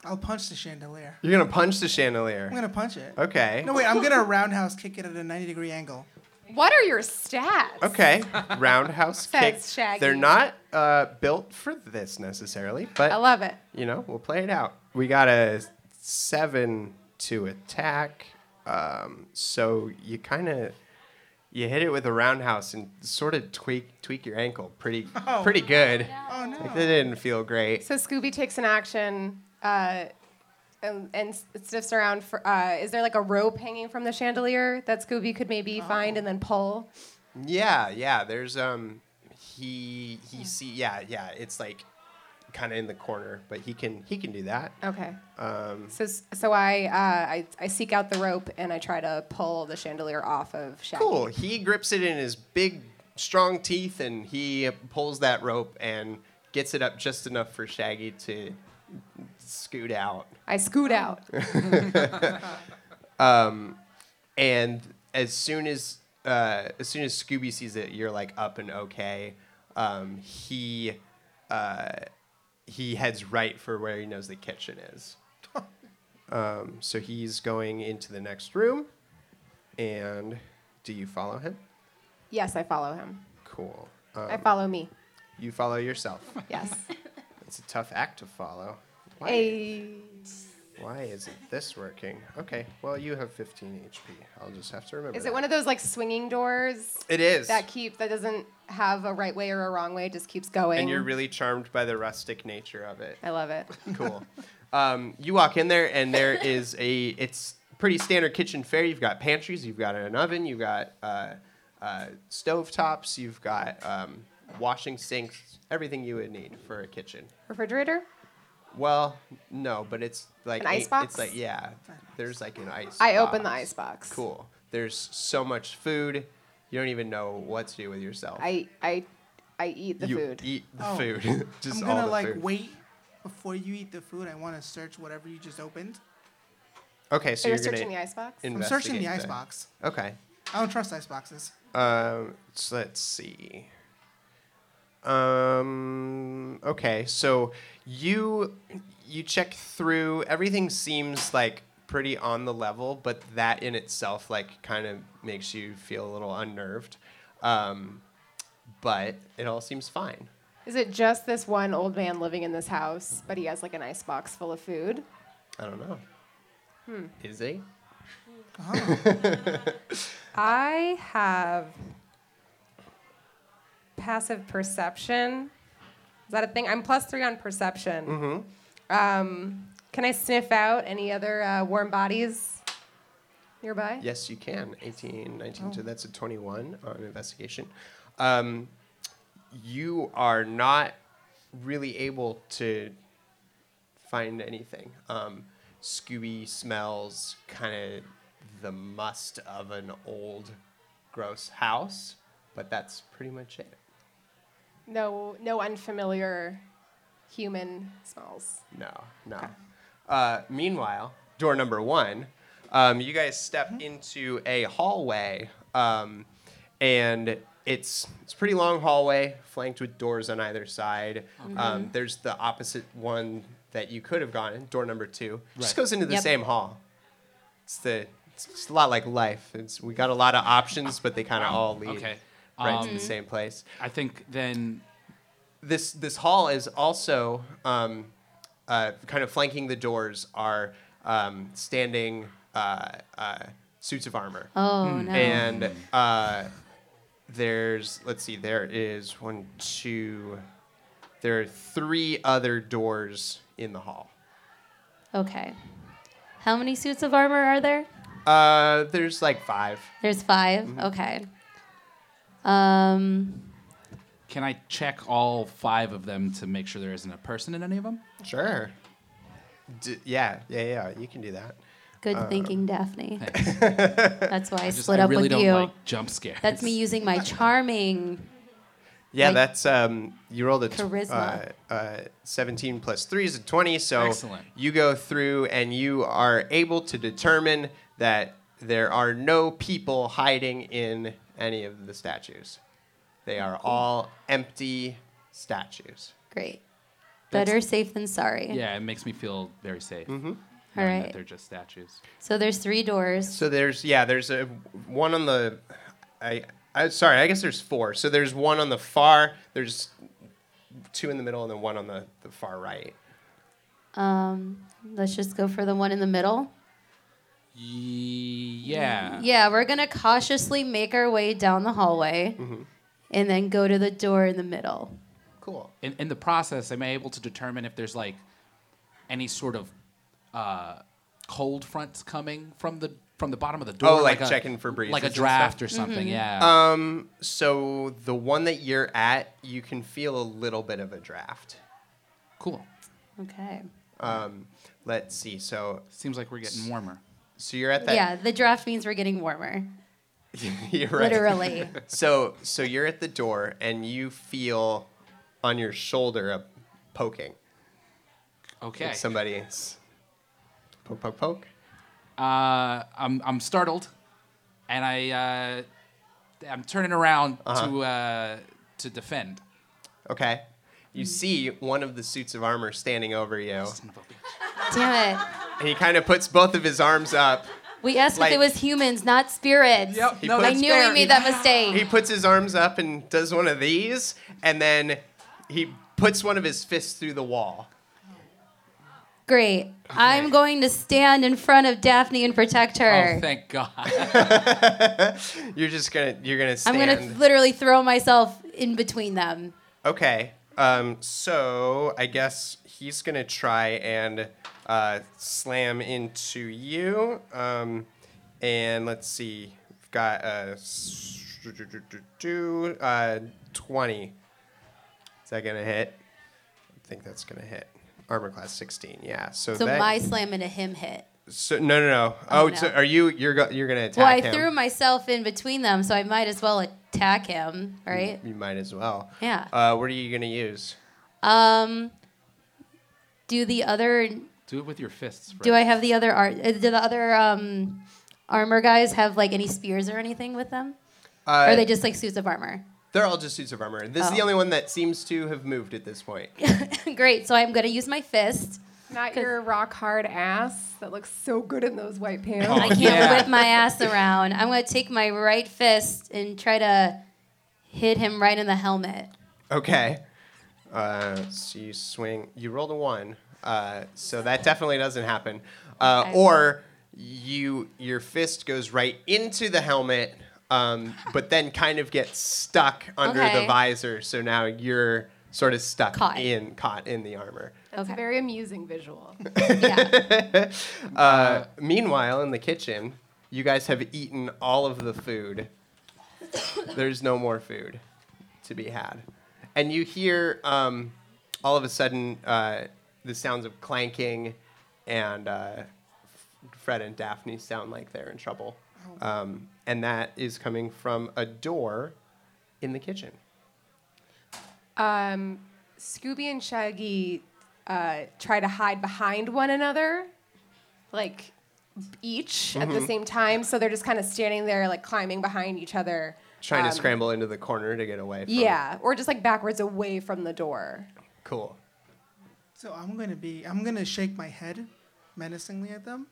I'll punch the chandelier. you're gonna punch the chandelier. I'm gonna punch it. Okay. No, wait, I'm gonna roundhouse kick it at a 90 degree angle. What are your stats? Okay. Roundhouse Says kick. Shaggy. They're not uh, built for this necessarily, but I love it. you know we'll play it out. We got a seven to attack, um, so you kind of you hit it with a roundhouse and sort of tweak tweak your ankle pretty Oh. pretty good. Oh no. Like, that didn't feel great. So Scooby takes an action uh, and, and s- sniffs around. For, uh, is there like a rope hanging from the chandelier that Scooby could maybe find and then pull? Yeah, yeah. There's um he he see yeah yeah it's like kind of in the corner, but he can he can do that. Okay. Um, So s- so I, uh, I I seek out the rope and I try to pull the chandelier off of Shaggy. cool. He grips it in his big, strong teeth, and he pulls that rope and gets it up just enough for Shaggy to scoot out. I scoot out. And as soon as uh, as soon as Scooby sees it, you're like up and okay. Um, he uh, he heads right for where he knows the kitchen is. um, so he's going into the next room. And do you follow him? Yes, I follow him. Cool. Um, I follow me. you follow yourself. Yes. It's a tough act to follow. Why, Hey. why isn't this working? Okay, well, you have 15 HP. I'll just have to remember. Is it one of those like swinging doors It is. that keep that doesn't have a right way or a wrong way, just keeps going? and you're really charmed by the rustic nature of it. I love it. Cool. um, you walk in there, and there is a. It's pretty standard kitchen fare. You've got pantries, you've got an oven, you've got uh, uh, stovetops, you've got um, washing sinks, everything you would need for a kitchen. Refrigerator? Well, no, but it's like An ice eight- box? It's like yeah, there's like an ice. I open the ice box. Cool. There's so much food, you don't even know what to do with yourself. I I I eat the you food. eat the Oh. food. just I'm all gonna the like food. wait before you eat the food. I want to search whatever you just opened. Okay, so Are you're you gonna searching the icebox? in- I'm searching the Investigate ice that. box. Okay. I don't trust ice boxes. Um, so let's see. Um, okay, so you you check through everything seems like pretty on the level, but that in itself like kind of makes you feel a little unnerved. Um, but it all seems fine. Is it just this one old man living in this house, but he has like an ice box full of food? I don't know. Is he? I have passive perception. Is that a thing? I'm plus three on perception. Mm-hmm. Um, can I sniff out any other uh, warm bodies nearby? Yes, you can. 18, 19, so that's a 21 on investigation. Um, you are not really able to find anything. Um, Scooby smells kind of the must of an old, gross house, but that's pretty much it. No, no unfamiliar human smells. No, no. Uh, meanwhile, door number one, um, you guys step Mm-hmm. into a hallway, um, and it's it's a pretty long hallway, flanked with doors on either side. Mm-hmm. Um, there's the opposite one that you could have gone in, door number two. Just Right. goes into the Yep. same hall. It's the it's, it's a lot like life. It's we got a lot of options, but they kind of all lead Okay. Um, right to the same place I think then this this hall is also um, uh, kind of flanking the doors are um, standing uh, uh, suits of armor, Oh no. Hmm, and uh, there's let's see, there is one, two, there are three other doors in the hall. okay. How many suits of armor are there? Uh, there's like five. There's 5 Mm-hmm. Okay. Um. can I check all five of them to make sure there isn't a person in any of them? Sure. D- yeah, yeah, yeah. You can do that. Good Uh, thinking, Daphne. That's why I, Just, split I up really with don't you. like jump scares. That's me using my charming. Yeah, Like- that's um. You rolled a tw- Charisma. uh, uh, seventeen plus three is a twenty. So Excellent. you go through and you are able to determine that there are no people hiding in any of the statues. They are all empty statues. Great. That's- Better safe than sorry. Yeah, it makes me feel very safe. Mm-hmm. All That right. they're just statues. So there's three doors. So there's yeah, there's a one on the, I, I sorry, I guess there's four. So there's one on the far. There's two in the middle and then one on the, the far right. Um, let's just go for the one in the middle. Ye- Yeah. Yeah, we're gonna cautiously make our way down the hallway, Mm-hmm. and then go to the door in the middle. Cool. In, in the process, am I able to determine if there's like any sort of uh, cold fronts coming from the from the bottom of the door? Oh, like a- checking for breezes like a and draft or something. Yeah. Um, so the one that you're at, you can feel a little bit of a draft. cool. Okay. Um, let's see. So, Seems like we're getting warmer. so you're at that. yeah, the draft means we're getting warmer. you're right. Literally. So, so you're at the door, and you feel on your shoulder a poking. Okay. Somebody's poke, poke, poke. uh, I'm I'm startled, and I uh, I'm turning around Uh-huh. to uh, to defend. Okay. You Hmm. see one of the suits of armor standing over you, Son of a bitch. Damn it. and he kind of puts both of his arms up. We asked Like- if it was humans, not spirits. Yep, He no, puts- I that's knew fair. we made that mistake. He puts his arms up and does one of these, and then he puts one of his fists through the wall. Great. I'm going to stand in front of Daphne and protect her. Oh, thank God. You're just gonna you're gonna I'm stand. going to literally throw myself in between them. okay. Um. So I guess he's gonna try and uh, slam into you. Um. And let's see. We've got a s- uh, twenty. Is that gonna hit? I think that's gonna hit. Armor class sixteen. Yeah. So, So that. my slam into him hit. so, no, no, no. Oh, no. so are you? You're go, you're gonna attack Well, I him. threw myself in between them, so I might as well attack him, right? You might as well. Yeah. Uh, what are you gonna use? Um, do the other? Do it with your fists. Do I Fred. have the other ar- uh Do the other um, armor guys have like any spears or anything with them? Uh, or are they just like suits of armor? They're all just suits of armor. This is the Oh. only one that seems to have moved at this point. Great. So I'm gonna use my fist. Not your rock hard ass that looks so good in those white pants. I can't yeah. whip my ass around. I'm gonna take my right fist and try to hit him right in the helmet. Okay. Uh, so you swing. You rolled a one. Uh, so that definitely doesn't happen. Uh, Okay. or you your fist goes right into the helmet, um, but then kind of gets stuck under the Okay. visor. So now you're sort of stuck Caught. in, caught in the armor. That's Okay. a very amusing visual. yeah. Uh, meanwhile, in the kitchen, you guys have eaten all of the food. There's no more food to be had. And you hear um, all of a sudden uh, the sounds of clanking, and uh, Fred and Daphne sound like they're in trouble. Oh. Um, and that is coming from a door in the kitchen. Um, Scooby and Shaggy uh, try to hide behind one another, like each at the same time. So they're just kind of standing there, like climbing behind each other. Trying Um, to scramble into the corner to get away. From Yeah, or just like backwards away from the door. Cool. So I'm gonna be, I'm gonna shake my head menacingly at them,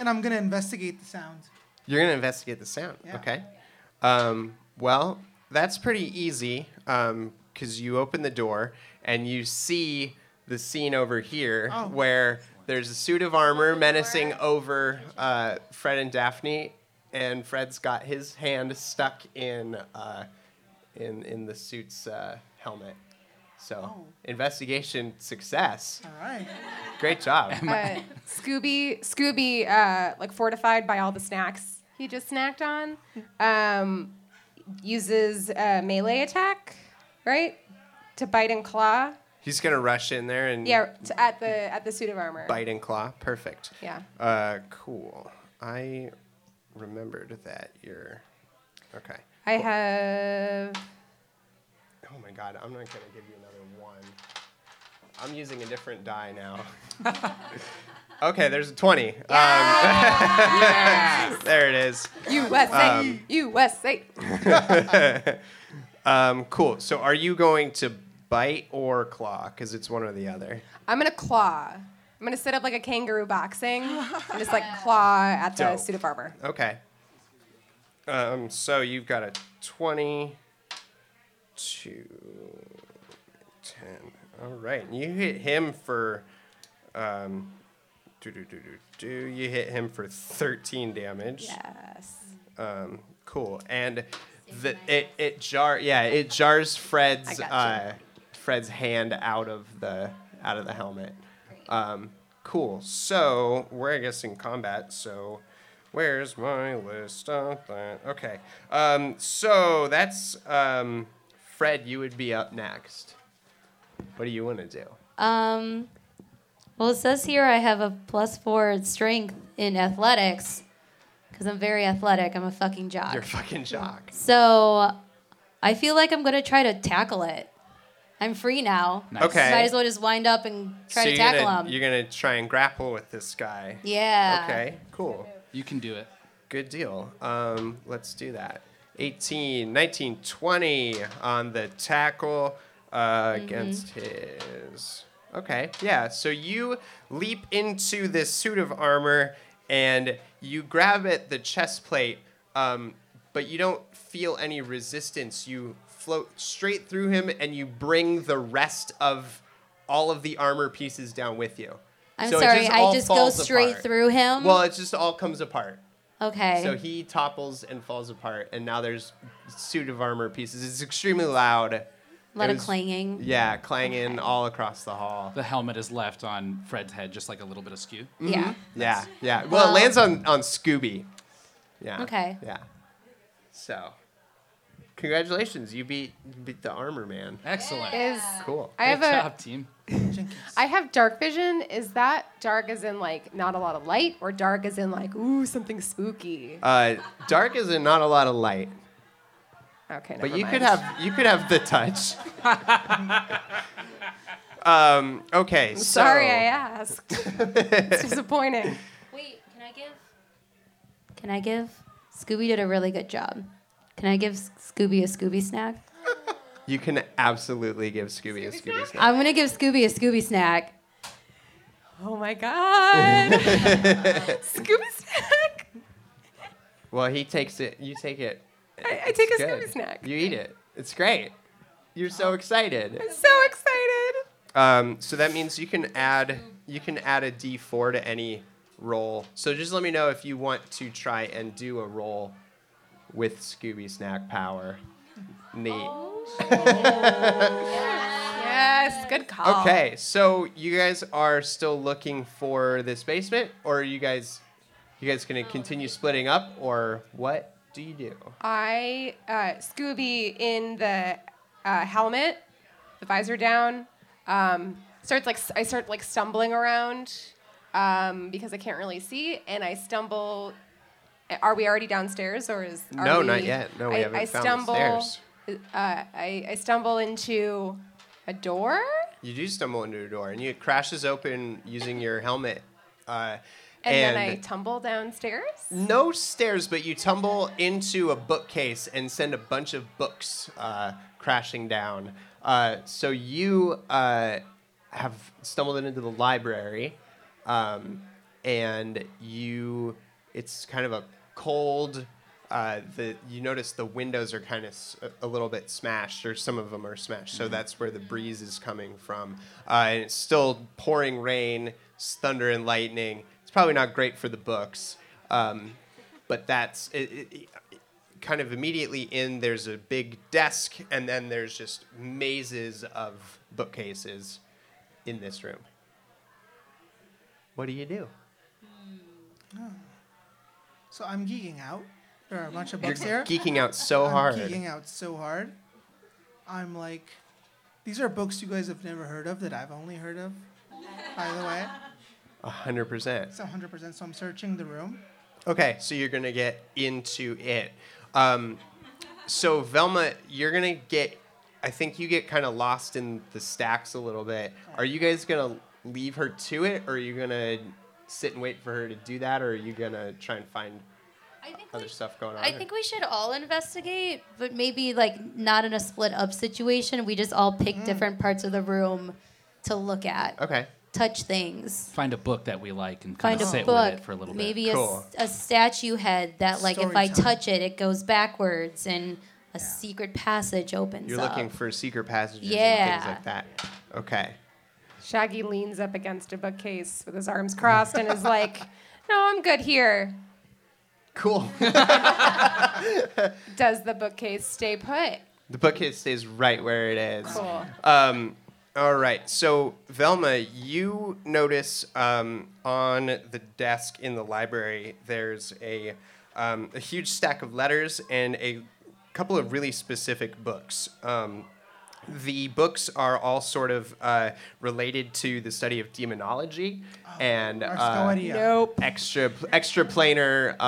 and I'm gonna investigate the sound. You're gonna investigate the sound. Yeah. Okay. Um, well, that's pretty easy because you open the door and you see the scene over here Oh. where there's a suit of armor menacing over uh, Fred and Daphne, and Fred's got his hand stuck in uh, in in the suit's uh, helmet. So Oh. investigation success. All right. Great job. Uh, Scooby, Scooby, uh, like fortified by all the snacks he just snacked on, um, uses uh, melee attack, right, to bite and claw. He's gonna rush in there and Yeah, to, at the at the suit of armor. bite and claw. Perfect. Yeah. Uh, cool. I remembered that you're. Okay. I have. Oh my god, I'm not gonna give you another one. I'm using a different die now. okay, there's a 20. Um, there it is. USA, USA. Um, cool. So are you going to bite or claw? Because it's one or the other. I'm gonna claw. I'm gonna set up like a kangaroo boxing and just like claw at the Dope. suit of armor. Okay. Um, so you've got a 20 to 10. All right. and You hit him for. Um, do, do, do, do, do. You hit him for 13 damage. Yes. Um, cool. And the, it, it jar yeah it jars Fred's gotcha. uh, Fred's hand out of the out of the helmet. Um, cool. So we're I guess in combat. So where's my list of that? Okay. Um, so that's um, Fred. You would be up next. What do you want to do? Um, well, it says here I have a plus four strength in athletics because I'm very athletic. I'm a fucking jock. You're fucking jock. so I feel like I'm gonna try to tackle it. I'm free now. Nice. Okay. Might as well just wind up and so try you're to tackle gonna, him. You're gonna try and grapple with this guy. yeah. Okay. Cool. You can do it. Good deal. Um, let's do that. 18, 19, 20 on the tackle uh, Mm-hmm. against his. Okay, yeah. So you leap into this suit of armor and you grab at the chest plate, um, but you don't feel any resistance. You float straight through him and you bring the rest of all of the armor pieces down with you. I'm So it sorry. I all just go falls straight apart. through him. Well, it just all comes apart. okay. So he topples and falls apart, and now there's suit of armor pieces. It's extremely loud. A a lot of clanging. Yeah, clanging all across the hall. The helmet is left on Fred's head, just like a little bit askew. Mm-hmm. Yeah. Yeah, yeah. Well, Well- it lands on, on Scooby. Yeah. Okay. Yeah. So, congratulations, you beat you beat the armor man. Excellent. Is Cool. I have Good a job, team. I have dark vision. Is that dark as in like not a lot of light, or dark as in like ooh something spooky? Uh, dark is in not a lot of light, okay, but never you could mind. have you could have the touch. um. Okay. so- Sorry, I asked. it's disappointing. Wait, can I give? Can I give? Scooby did a really good job. Can I give S- Scooby a Scooby snack? You can absolutely give Scooby a Scooby snack. I'm gonna give Scooby a Scooby snack. Oh my god. Scooby snack. Well, he takes it. You take it. I, I take a It's good. Scooby snack. You eat it. It's great. You're so excited. I'm so excited. Um, so that means you can add you can add a D4 to any roll. So just let me know if you want to try and do a roll with Scooby Snack power. Neat. Oh. Yes, good call. Okay, so you guys are still looking for this basement, or are you guys, you guys gonna continue splitting up, or what do you do? I uh, Scooby in the uh, helmet, the visor down. Um, starts like I start like stumbling around um, because I can't really see, and I stumble. eh, Are we already downstairs, or is are No, we- not yet. No, we I, haven't I found the stumble, stairs. Uh, I, I stumble into a door, You do stumble into a door, and you, it crashes open using your helmet. Uh, and, and then I tumble downstairs. no stairs, but you tumble into a bookcase and send a bunch of books uh, crashing down. Uh, so you uh, have stumbled into the library, um, and you it's kind of a cold. Uh, the you notice the windows are kind of s- a little bit smashed, or some of them are smashed. So that's where the breeze is coming from, uh, and it's still pouring rain, s- thunder and lightning. It's probably not great for the books. Um, but that's it, it, it- kind of immediately in. There's a big desk, and then there's just mazes of bookcases in this room. What do you do? So I'm geeking out. There are a bunch of You're books here. geeking out so I'm hard. geeking out so hard. I'm like, these are books you guys have never heard of that I've only heard of. By the way, A hundred percent. it's 100%. So I'm searching the room. Okay, so you're gonna get into it. Um, so Velma, you're gonna get. I think you get kind of lost in the stacks a little bit. Are you guys gonna leave her to it, or are you gonna sit and wait for her to do that, or are you gonna try and find I think other stuff going on? I think we should all investigate, but maybe like not in a split up situation. We just all Mm. pick different parts of the room to look at, Okay. touch things. Find a book that we like and kind Find of a sit book, with it for a little bit. maybe a, Cool. s- a statue head that, like, if Story I time. touch it, it goes backwards and a secret passage opens You're up. looking for secret passages and Yeah. things like that. Okay. Shaggy leans up against a bookcase with his arms crossed and is like, "No, I'm good here." Cool. Does the bookcase stay put? the bookcase stays right where it is. Cool. Um, all right. So, Velma, you notice um, on the desk in the library there's a, um, a huge stack of letters and a couple of really specific books. Um, the books are all sort of uh, related to the study of demonology and Ars uh, Goetia. Nope. extra extra planar uh,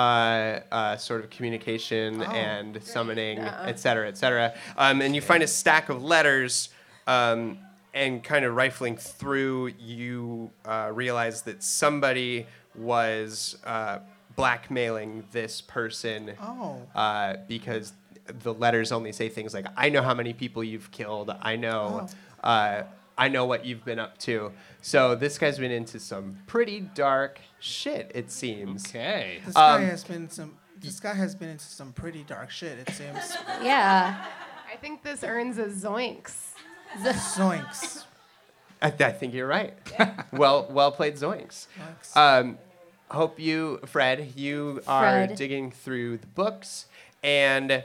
uh, sort of communication and summoning, et cetera, et cetera. Um, and you find a stack of letters, um, and kind of rifling through, you uh, realize that somebody was uh, blackmailing this person Oh. uh, because the letters only say things like "I know how many people you've killed," "I know," uh, "I know what you've been up to." So this guy's been into some pretty dark shit, it seems. Okay. This guy Um, has been some. This guy has been into some pretty dark shit. It seems. yeah. I think this earns a zoinks. Zoinks. I, th- I think you're right. well, well played, Zoinks. Zoinks. Um, hope you, Fred, you are Fred. digging through the books, and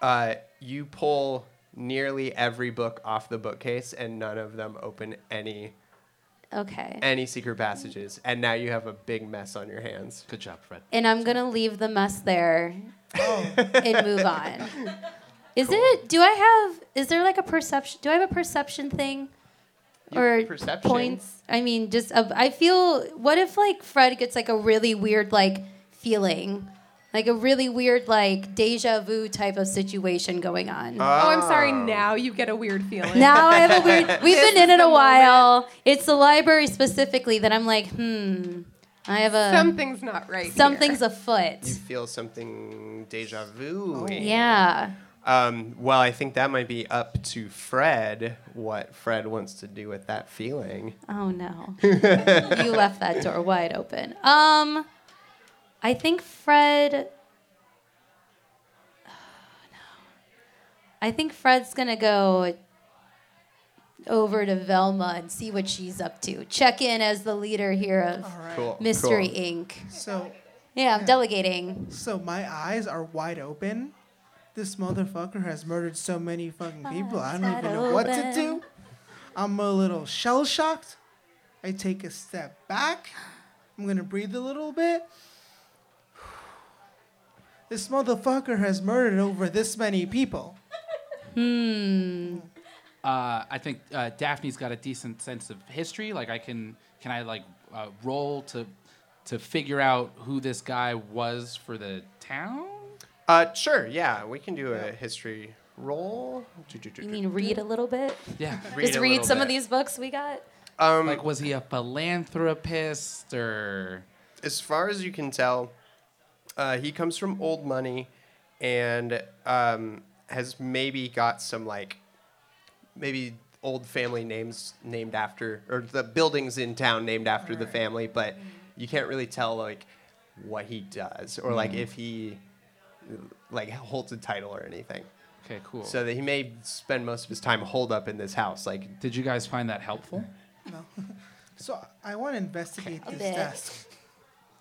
uh, you pull nearly every book off the bookcase, and none of them open any Okay. any secret passages, and now you have a big mess on your hands. Good job, Fred. and I'm gonna leave the mess there Oh. and move on. Is it? Do I have? Is there like a perception? Do I have a perception thing? You- or perception? points? I mean, just a, I feel. What if like Fred gets like a really weird like feeling, like a really weird like deja vu type of situation going on? Oh, I'm sorry. Now you get a weird feeling. now I have a weird. We've been in it the a moment. while. It's the library specifically that I'm like, hmm. I have a Something's not right. here. something's afoot. You feel something deja vu. Oh, Yeah. Um, well, I think that might be up to Fred, what Fred wants to do with that feeling. Oh no. you left that door wide open. Um I think Fred oh, no. I think Fred's going to go over to Velma and see what she's up to. Check in as the leader here of All right. Cool. Mystery cool. Inc. So, Yeah, I'm delegating. so my eyes are wide open. This motherfucker has murdered so many fucking people. I don't Eyes even wide know what to open. do. I'm a little shell shocked. I take a step back. I'm gonna breathe a little bit. This motherfucker has murdered over this many people. Uh, I think uh, Daphne's got a decent sense of history. Like I can, can I like uh, roll to, to figure out who this guy was for the town? Uh, sure. Yeah, we can do a history roll. Do, do, do, You do. mean read a little bit? Yeah. Just a read little some of bit. these books we got. Um, like was he a philanthropist or? as far as you can tell, uh, he comes from old money, and um, has maybe got some like, maybe old family names named after, or the buildings in town named after the family, but Mm-hmm. you can't really tell like what he does or Mm-hmm. like if he like holds a title or anything. Okay, cool. So that he may spend most of his time holed up in this house, like Did you guys find that helpful? No. so I want to investigate this bit. desk.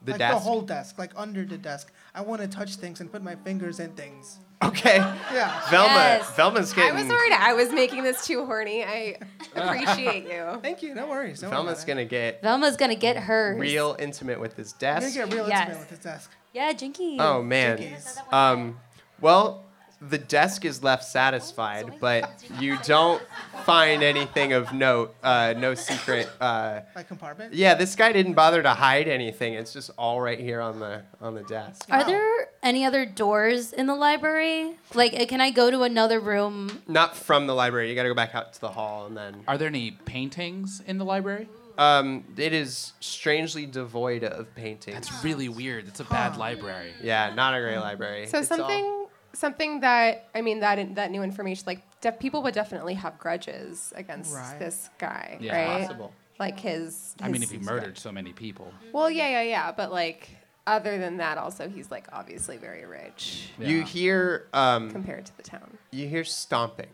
the like desk. the whole desk, like under the desk. I want to touch things and put my fingers in things. okay, Yeah. Velma. Yes. Velma's I getting. was worried I was making this too horny. I appreciate you. Thank you. No worries. Don't worry Velma's about it. gonna get Velma's gonna get hers. real intimate with this I'm desk. gonna get real Yes. intimate with this desk. Yeah, Jinky. Oh man. Jinkies. Um, well, the desk is left satisfied, but you don't find anything of note. Uh, no secret. Uh, Like compartment. yeah, this guy didn't bother to hide anything. It's just all right here on the on the desk. Are there any other doors in the library? Like, uh, can I go to another room? Not from the library. You got to go back out to the hall, and then Are there any paintings in the library? um, it is strangely devoid of paintings. That's really weird. It's a bad library. yeah, not a great library. So It's all- something something that I mean that that new information like def- people would definitely have grudges against Right. this guy, Yeah. right? possible. Like his, I mean, his- if he murdered so many people. Well, yeah, yeah, yeah, but like other than that also he's like obviously very rich You Yeah. hear um, compared to the town. you hear stomping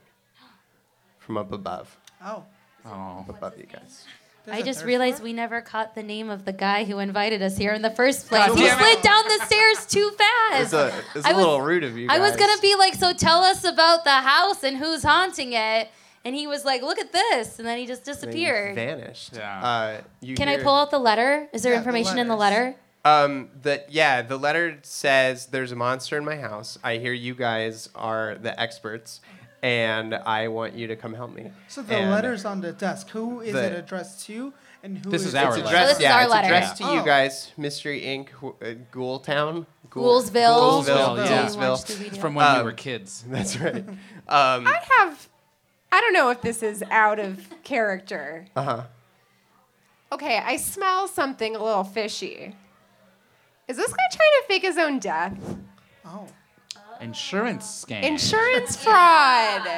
from up above, Oh. Oh. above you guys. there's I a just third realized floor? we never caught the name of the guy who invited us here in the first place. God he damn it. slid down the stairs too It's fast. a, it's a I was- little rude of you. I was guys. gonna be like, so tell us about the house and who's haunting it. And he was like, look at this, and then he just They disappeared. Vanished. Yeah. Uh, you Can I hear- pull out the letter? Is there Yeah, the information in the letters. letter? Um, that yeah, the letter says there's a monster in my house. I hear you guys are the experts, and I want you to come help me. So the And letter's on the desk. Who is the- it addressed to? And who This is is our It's letter. addressed, So this is yeah, our it's letter. addressed to Oh. you guys, Mystery Inc. Wh- uh, Ghoul Town, Ghoul- Ghouls- Ghoulsville, Ghouls- yeah. Ghouls- It's from when we Um, were kids. That's right. Um, I have I don't know if this is out of character. uh huh. Okay, I smell something a little fishy. Is this guy trying to fake his own death? Oh. Insurance scam. Insurance fraud.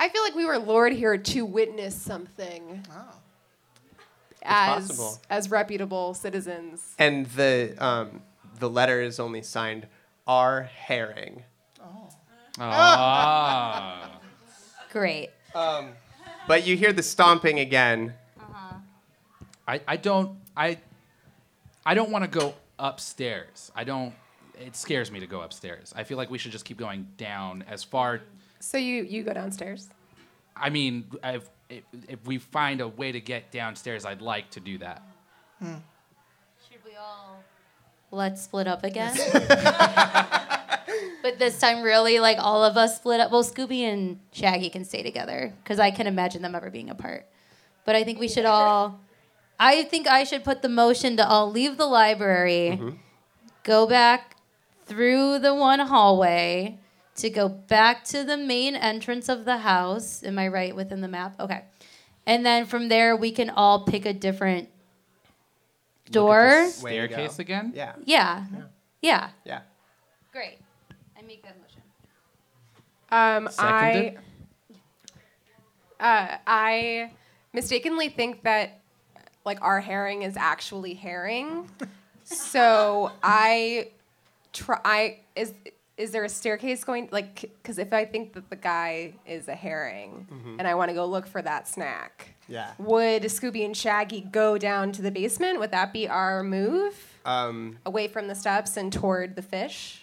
I feel like we were lured here to witness something Oh. as possible. as reputable citizens. And the um, the letter is only signed R. Herring. Oh. Great. But you hear the stomping again. I, I don't I I don't want to go upstairs. I don't it scares me to go upstairs. I feel like we should just keep going down as far So you you go downstairs. I mean, I've, if, if we find a way to get downstairs, I'd like to do that. Should we all let's split up again? but this time, really, like all of us split up. Well, Scooby and Shaggy can stay together because I can imagine them ever being apart. But I think we should all. I think I should put the motion to all leave the library, go back through the one hallway to go back to the main entrance of the house. Am I right within the map? Okay. And then from there, we can all pick a different door. Way to go. Staircase again? Yeah. Yeah. Yeah. Yeah. Great. I make that motion. Um, I Seconded? uh, I mistakenly think that like our herring is actually herring, so I try. I is is there a staircase going like because if I think that the guy is a herring and I want to go look for that snack, Mm-hmm. Yeah. would Scooby and Shaggy go down to the basement? Would that be our move Um, away from the steps and toward the fish?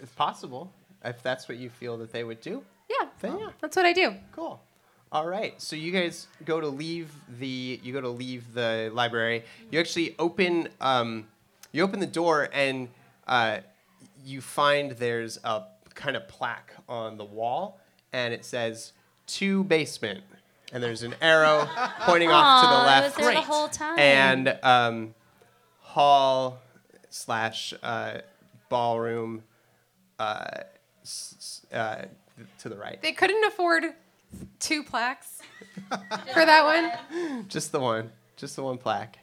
it's possible if that's what you feel that they would do. Yeah, Then yeah. that's what I do. Cool. All right. So you guys go to leave the you go to leave the library. You actually open um, you open the door and uh, you find there's a kind of plaque on the wall and it says to basement and there's an arrow pointing off to the Aw, it was left. there the Great. whole time. And um, hall slash uh, ballroom uh, s- s- uh, to the right. They couldn't afford two plaques for that one. Just the one. Just the one plaque.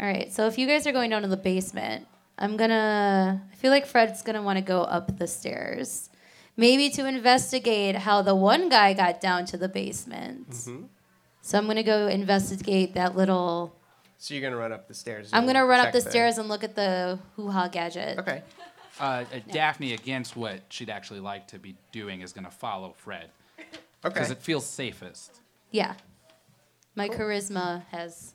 All right, so if you guys are going down to the basement, I'm gonna. I feel like Fred's gonna want to go up the stairs, maybe to investigate how the one guy got down to the basement. So I'm gonna go investigate that little. So you're gonna run up the stairs. I'm and gonna run up check the stairs and look at the hoo ha gadget. Okay. Uh, uh, Daphne, against what she'd actually like to be doing, is going to follow Fred Okay. because it feels safest. Yeah, my charisma has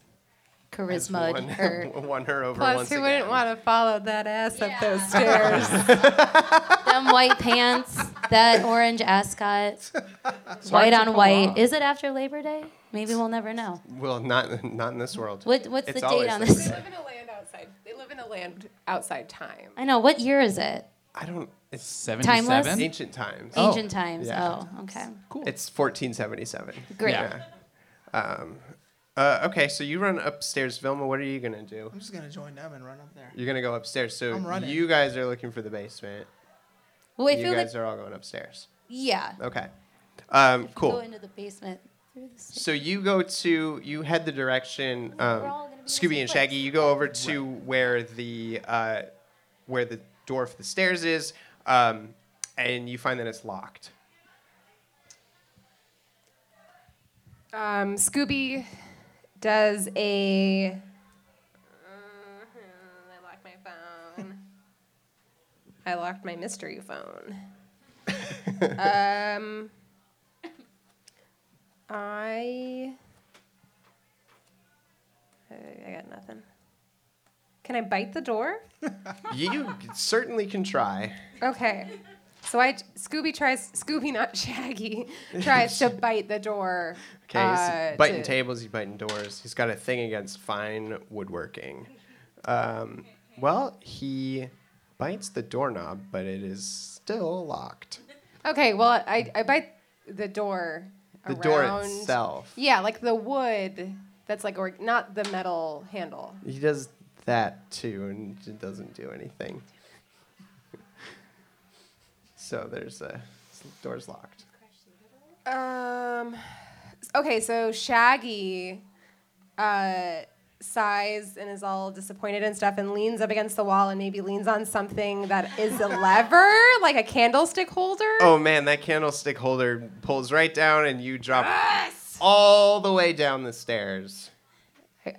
charisma won, her. won her over Plus, once who again. wouldn't want to follow that ass Yeah. up those stairs? them white pants, that orange ascot, white to on pull white. off. Is it after Labor Day? Maybe we'll never know. Well, not not in this world. What, what's It's the date always on Labor this? They live in a land outside. They live in a land outside time. I know. What year is it? I don't. It's 77? Timeless? ancient times. Oh. Ancient times. yeah. Oh, okay. Cool. It's 1477. Great. Yeah. Uh, okay, so you run upstairs, Vilma. What are you gonna do? I'm just gonna join them and run up there. You're gonna go upstairs. So I'm running. you guys are looking for the basement. Well, I you feel like guys are all going upstairs. yeah. Okay. Um, Go cool. into the basement. Through the sta- So you go to you head the direction We're all um, gonna be in Scooby the same and place. Shaggy. You go over to where the uh, where the door for the stairs is, um, and you find that it's locked. Um, Scooby does a. Uh, I locked my phone. I locked my mystery phone. um, I. I got nothing. Can I bite the door? you certainly can try. Okay. So I Scooby tries Scooby not Shaggy tries to bite the door. Okay, he's uh, biting to- tables, he's biting doors. He's got a thing against fine woodworking. Um, well, he bites the doorknob, but it is still locked. Okay, well, I, I bite the door. The door around- itself. Yeah, like the wood that's like, or not the metal handle. He does that too, and it doesn't do anything. so there's a s- door's locked. Um, okay, so Shaggy uh, sighs and is all disappointed and stuff and leans up against the wall and maybe leans on something that is a lever, like a candlestick holder. Oh man, that candlestick holder pulls right down, and you drop all the way down the stairs.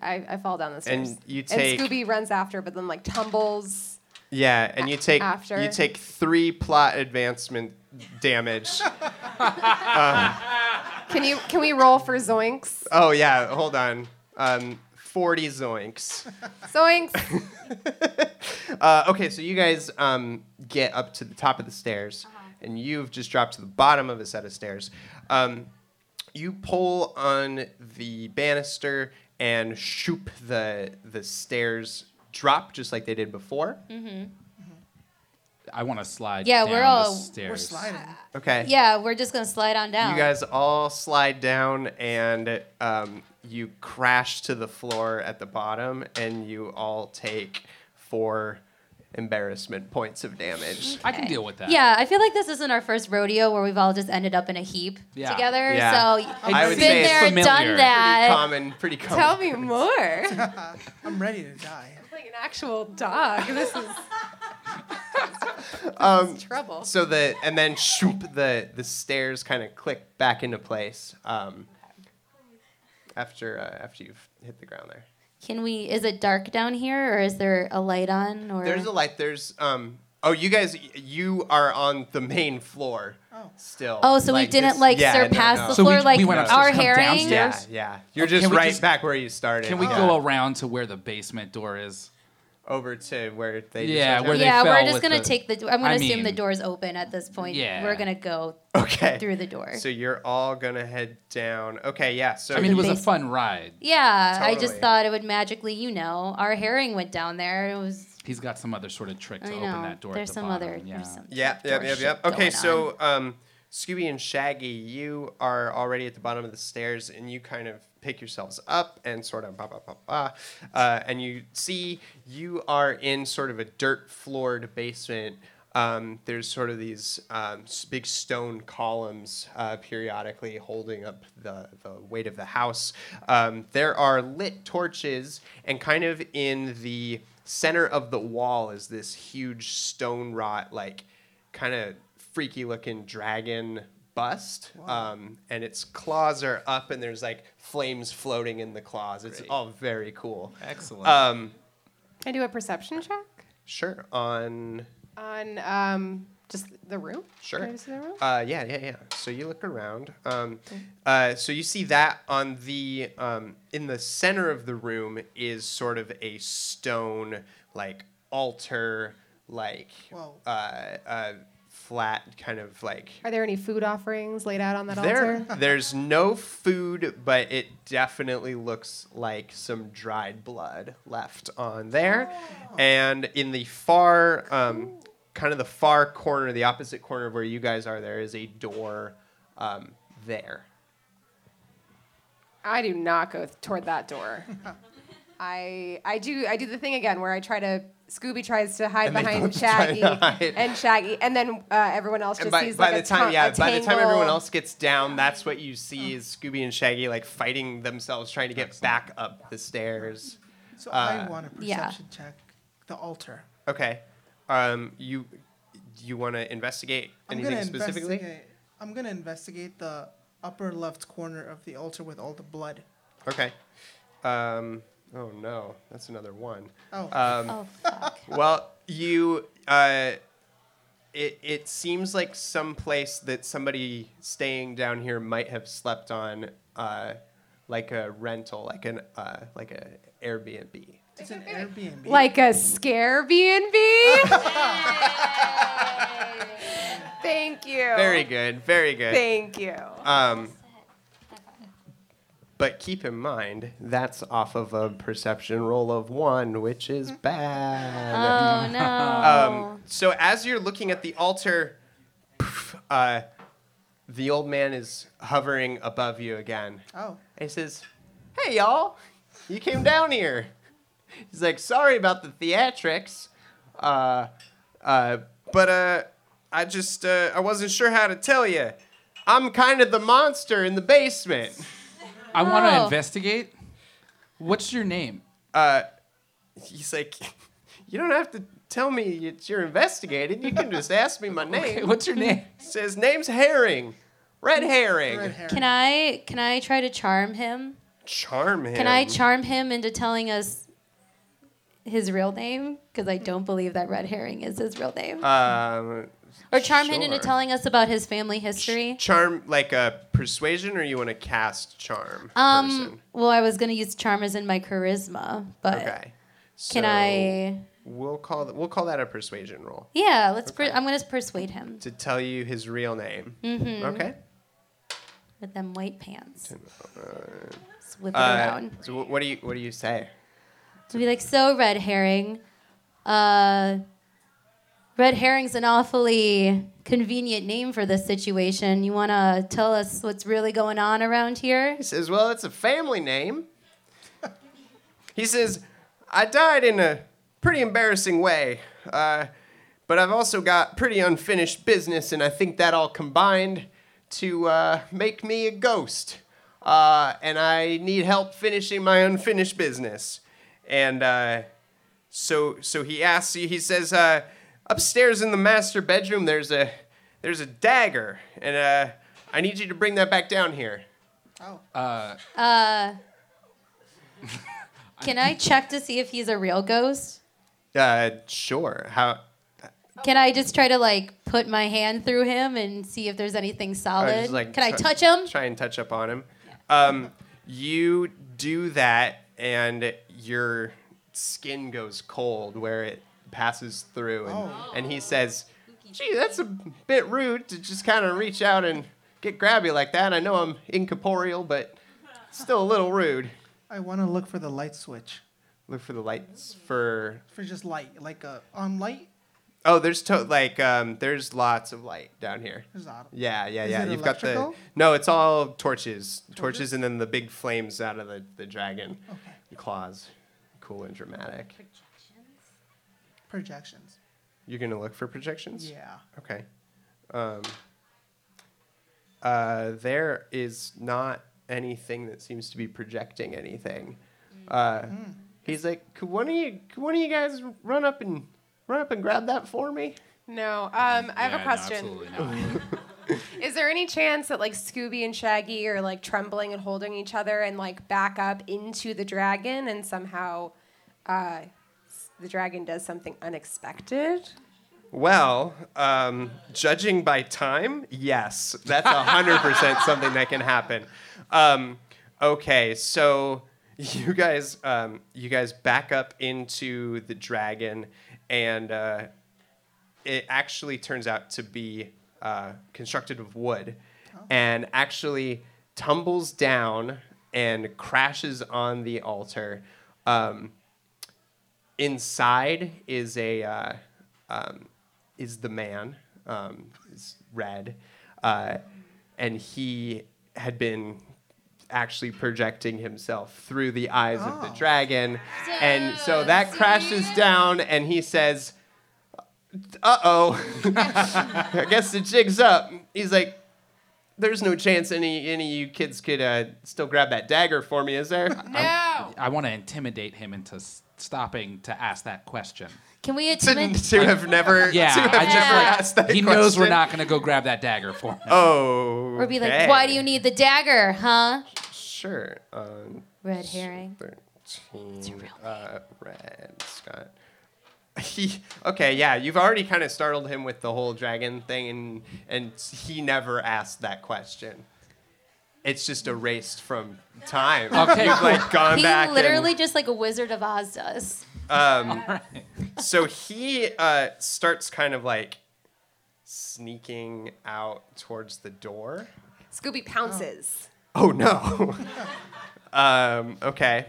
I, I fall down the And stairs. you take- And Scooby runs after, but then like tumbles. Yeah, and you take after. you take three plot advancement damage. Can you can we roll for Zoinks? oh yeah, hold on. Um, Forty zoinks. Zoinks. Uh, okay, so you guys um, get up to the top of the stairs, Uh-huh. and you've just dropped to the bottom of a set of stairs. Um, you pull on the banister and shoop the the stairs drop just like they did before. I want to slide. Yeah, down we're the all- we're stairs. We're sliding. Mm-hmm. Okay. Yeah, we're just gonna slide on down. You guys all slide down and um, you crash to the floor at the bottom, and you all take four embarrassment points of damage. I can deal with that. Yeah, I feel like this isn't our first rodeo where we've all just ended up in a heap Yeah. together. Yeah. So I would been say it's there, familiar. done that. pretty common, pretty common. Tell me more. like I'm ready to die. an actual dog. This is Um, trouble. so the and then shoop the the stairs kind of click back into place um, after uh, after you've hit the ground there. Can we? Is it dark down here, or is there a light on? Or There's a light. There's um Oh, you guys, you are on the main floor Oh. still. Oh, so we didn't this- like yeah, no, surpass no. the So we- floor, like we went upstairs, our come herring. downstairs. Yeah, stairs? yeah. You're Oh, can just we right just- back where you started. Can we Yeah. go around to where the basement door is? over to where they? Yeah, just where they Yeah, fell we're just with gonna the- take the. I'm gonna I assume the mean- door's open at this point. Yeah. We're gonna go Okay. through the door. So you're all gonna head down. Okay, yeah. So I mean, it was a basement. fun ride. yeah, I just Totally. thought it would magically, you know, our herring went down there. It was. He's got some other sort of trick to I open know. that door. at there's the some bottom, other. Yeah. There's some Yep, door yep, yep, shit yep. Okay, going on. so um, Scooby and Shaggy, you are already at the bottom of the stairs, and you kind of pick yourselves up and sort of bah bah bah bah, uh, and you see you are in sort of a dirt floored basement. Um, there's sort of these um, s- big stone columns uh, periodically holding up the, the weight of the house. Um, there are lit torches, and kind of in the center of the wall is this huge stone rot, like kind of freaky looking dragon bust um, and its claws are up and there's like flames floating in the claws it's all very cool Excellent. um, Can I do a perception check sure on on um, just the room? Sure. Can I just see the room? Uh, yeah, yeah, yeah. So you look around. Um, uh, so you see that on the um, in the center of the room is sort of a stone like altar, like Whoa. uh, uh, flat kind of like Are there any food offerings laid out on that there, altar? there's no food, but it definitely looks like some dried blood left on there. Oh. And in the far, um, kind of the far corner, the opposite corner of where you guys are, there is a door um, there. I do not go toward that door. I I do I do the thing again where I try to Scooby tries to hide And they behind both try to Shaggy hide. and Shaggy and then uh, everyone else just And by, sees by like the a time, tun- yeah, a by the time everyone tangle. else gets down, that's what you see is Scooby and Shaggy like fighting themselves, trying to get back up the stairs. So Uh, I want a yeah. perception check. The altar. Okay, um, you you want to investigate I'm anything gonna specifically? investigate. I'm gonna investigate the upper left corner of the altar with all the blood. Okay. Um, oh no, that's another one. Oh, Um, Oh fuck. Well, you. Uh, it it seems like some place that somebody staying down here might have slept on, uh, like a rental, like an uh, like a Airbnb. it's an Airbnb. like a scare B and B. Thank you. Very good, very good. Thank you. Uh, Um, but keep in mind that's off of a perception roll of one, which is bad. oh no. Um, so as you're looking at the altar, poof, uh, the old man is hovering above you again. oh, And he says, "Hey y'all, you came down here." He's like, "Sorry about the theatrics, uh, uh, but uh, I just uh, I wasn't sure how to tell you. I'm kind of the monster in the basement." I want to Oh. investigate. What's your name? He's like, "You don't have to tell me that you're investigated. You can just ask me my Hey, name." What's your name? says name's herring red herring red hair. can I can I try to charm him? charm him Can I charm him into telling us his real name? Because I don't believe that red herring is his real name. um or charm him into sure. telling us about his family history. charm like a persuasion or you want to cast charm Um. person? Well, I was gonna use charm as in my charisma, but okay uh, So can I? we'll call th- we'll call that a persuasion roll Yeah, let's. Per- I'm gonna persuade him to tell you his real name Mm-hmm. okay with them white pants. Just whip it uh, around. so wh- what do you what do you say To be like, so red herring. Uh, red herring's an awfully convenient name for this situation. You want to tell us what's really going on around here? He says, Well, it's a family name. he says, I died in a pretty embarrassing way, uh, but I've also got pretty unfinished business, and I think that all combined to uh, make me a ghost. Uh, and I need help finishing my unfinished business. And uh, so, so he asks you. He says, uh, "Upstairs in the master bedroom, there's a, there's a dagger, and uh, I need you to bring that back down here." Oh, Can I check to see if he's a real ghost? Uh, sure. How? Can I just try to like put my hand through him and see if there's anything Or solid? Oh, just, like, Can I try- touch him? Try and touch up on him. Um, you do that, and your skin goes cold where it passes through, and, Oh. and he says, "Gee, that's a bit rude to just kind of reach out and get grabby like that. I know I'm incorporeal, but still a little rude." I want to look for the light switch Look for the lights for. for just light, like a on light. Oh, there's to- like um, there's lots of light down here. There's not. Yeah, yeah, Is yeah. it You've got electrical? the no. It's all torches, torches, and then the big flames out of the, the dragon Oh. claws. Cool and dramatic. projections. You're gonna look for projections. Yeah. Okay. Um, uh, there is not anything that seems to be projecting anything. Mm. Uh, He's like, could one of you, could one of you guys run up and run up and grab that for me? No, um, I have Yeah, a no, question. absolutely not. Is there any chance that like Scooby and Shaggy are like trembling and holding each other and like back up into the dragon and somehow uh, s- the dragon does something unexpected? Well, um, judging by time, yes, that's hundred percent something that can happen. Um, okay, so you guys, um, you guys back up into the dragon, and uh, it actually turns out to be uh, constructed of wood, and actually tumbles down and crashes on the altar. Um, inside is a uh, um, is the man um, is red uh, and he had been actually projecting himself through the eyes of the dragon and so that crashes down and he says uh-oh i guess the jig's up he's like there's no chance any any of you kids could uh, still grab that dagger for me is there No. I want to intimidate him into s- stopping to ask that question. Can we to, intimidate? to have never Yeah, to have I never just asked that like he knows we're question. not gonna go grab that dagger for him. Oh. Or be like, why do you need the dagger, huh? Sure. Um, Red herring. 13. Uh, red. Scott. He, okay, yeah, you've already kind of startled him with the whole dragon thing, and, and he never asked that question. It's just erased from time. Okay, You've like gone He back. literally and- just like a Wizard of Oz does. so he uh, starts kind of like sneaking out towards the door. Scooby pounces. Oh no. um, okay.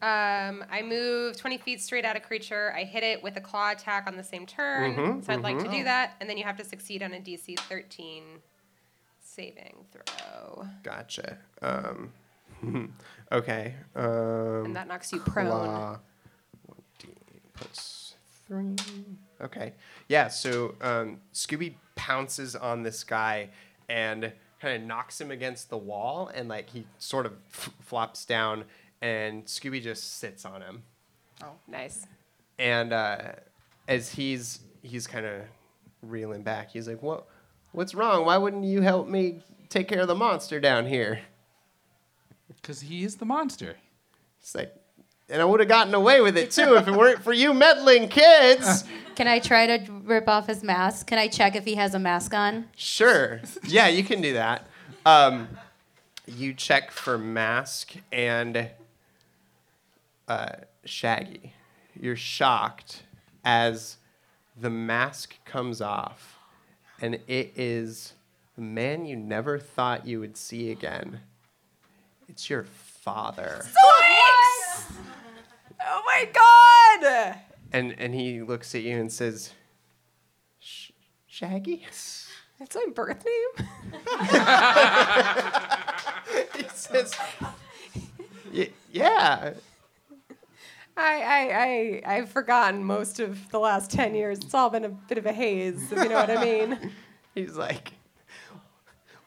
Um, I move 20 feet straight at a creature. I hit it with a claw attack on the same turn. Mm-hmm, so I'd like to do that. And then you have to succeed on a DC 13 saving throw. Gotcha. Um, okay. Um, And that knocks you prone. claw. One D plus three. Okay. Yeah. So um, Scooby pounces on this guy and kind of knocks him against the wall, and like he sort of f- flops down, and Scooby just sits on him Nice. and uh, as he's he's kind of reeling back, he's like, "What? What's wrong? Why wouldn't you help me take care of the monster down here?" Because he is the monster. It's like, and I would have gotten away with it too if it weren't for you meddling kids. Can I try to rip off his mask? Can I check if he has a mask on? Sure. Yeah, you can do that. Um, you check for mask and uh, Shaggy. You're shocked as the mask comes off, and it is the man you never thought you would see again. It's your father. Oh my god! And and he looks at you and says, "Sh- "Shaggy." That's my birth name? he says, "Y- "Yeah." I, I, I, I've forgotten most of the last 10 years. It's all been a bit of a haze, if you know what I mean. He's like,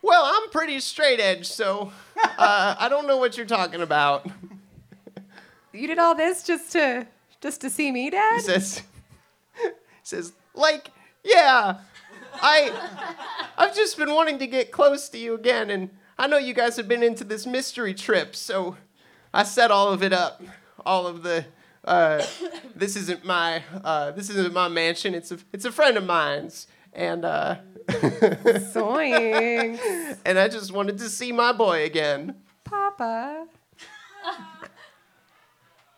Well, I'm pretty straight edge, so uh, I don't know what you're talking about. You did all this just to just to see me, Dad? He says, says Like, yeah, I, I've just been wanting to get close to you again, and I know you guys have been into this mystery trip, so I set all of it up, all of the Uh, this isn't my uh, this isn't my mansion. It's a it's a friend of mine's, and uh, Zoinks, and I just wanted to see my boy again. Papa.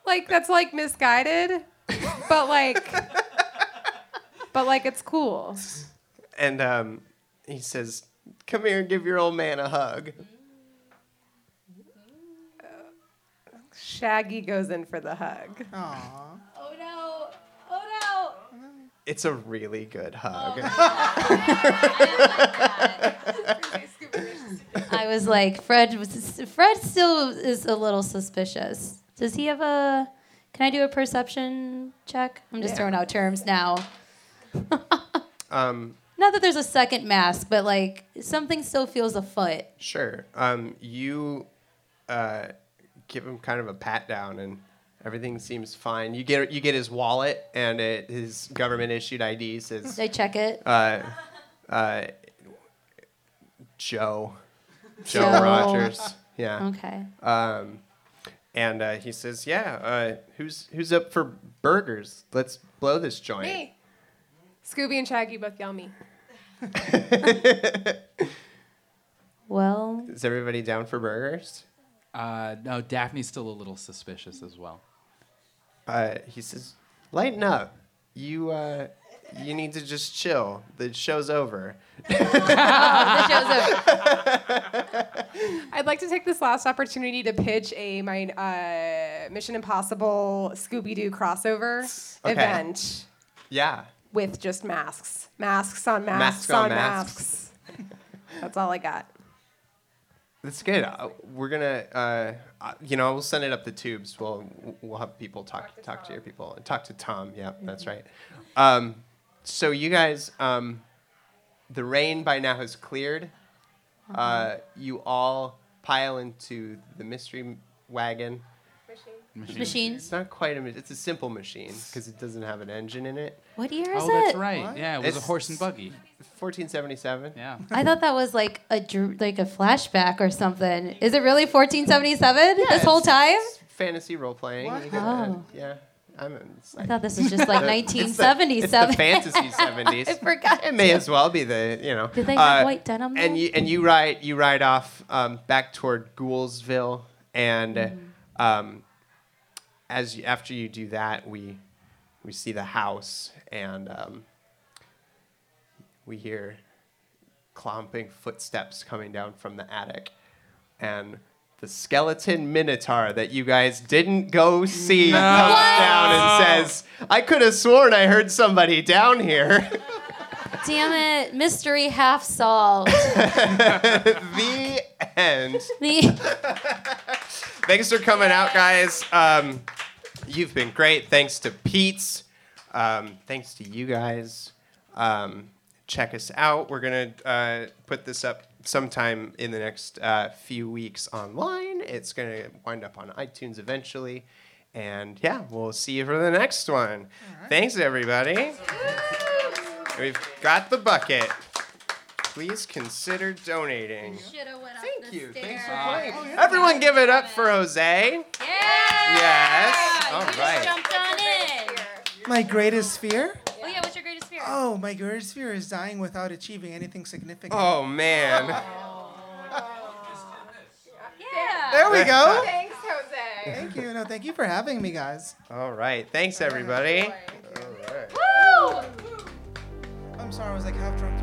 like that's like misguided, but like, but like it's cool. And um, he says, "Come here and give your old man a hug." Shaggy goes in for the hug. Aww. Oh no! Oh no! It's a really good hug. I was like, Fred. was- Fred still is a little suspicious. Does he have a? Can I do a perception check? I'm just Yeah. throwing out terms now. Um, Not that there's a second mask, but like something still feels afoot. Sure. Um, you uh, give him kind of a pat down, and everything seems fine. You get you get his wallet, and it, his government issued ID says Did I check it? uh, uh, Joe Joe Joe. Rogers. Yeah. okay. Um, and uh, he says, "Yeah, uh, who's who's up for burgers? Let's blow this joint." Hey, Scooby and Shaggy both yell me. Well, Is everybody down for burgers? Uh, no, Daphne's still a little suspicious as well. uh, he says, "Lighten up. You uh, you need to just chill. The show's over." the show's over. I'd like to take this last opportunity to pitch a my uh, Mission Impossible Scooby Doo crossover Okay. event Yeah. with just masks, masks on masks, Masks on on, masks. masks. That's all I got. That's good. Uh, we're gonna, uh, uh, you know, we'll send it up the tubes. We'll we'll have people talk talk to, Mm-hmm. your people and talk to Tom. Yeah, that's right. Um, so you guys, um, the rain by now has cleared. Uh, you all pile into the mystery wagon. Machines. It's not quite a. ma- It's a simple machine because it doesn't have an engine in it. What year is Oh, it? that's right. Yeah, it was It's- a horse and buggy. 1477. Yeah. I thought that was like a dr- like a flashback or something. Is it really 1477? this whole time? It's fantasy role playing. What? Oh. Yeah, I'm. It's I like thought this was just like the- it's the- It's the 1977. fantasy 70s. I forgot. It may as well be the you know. Did they have white denim Uh, And then? you and you ride you ride off um, back toward Goulsville, and um, as you, after you do that, we we see the house and um, we hear clomping footsteps coming down from the attic, and. The skeleton minotaur that you guys didn't go see comes down and says, "I could have sworn I heard somebody down here." Damn it, mystery half solved. the end. The Thanks for coming out, guys. Um, you've been great. Thanks to Pete's. Um, thanks to you guys. Um, check us out. We're gonna uh, put this up sometime in the next uh, few weeks online. It's gonna wind up on iTunes eventually. And yeah, we'll see you for the next one. Thanks, everybody. We've got the bucket. Please consider donating. Thank you. Thanks for playing. Everyone give it up for Jose. Yeah. Yes. You All just right. jumped on in. My greatest fear? Oh yeah, what's your greatest fear? Oh, my greatest fear is dying without achieving anything significant. Oh man. Yeah. There we go. Thanks, Jose. thank you. No, thank you for having me, guys. All right. Thanks everybody. Woo! I'm sorry, I was like half drunk.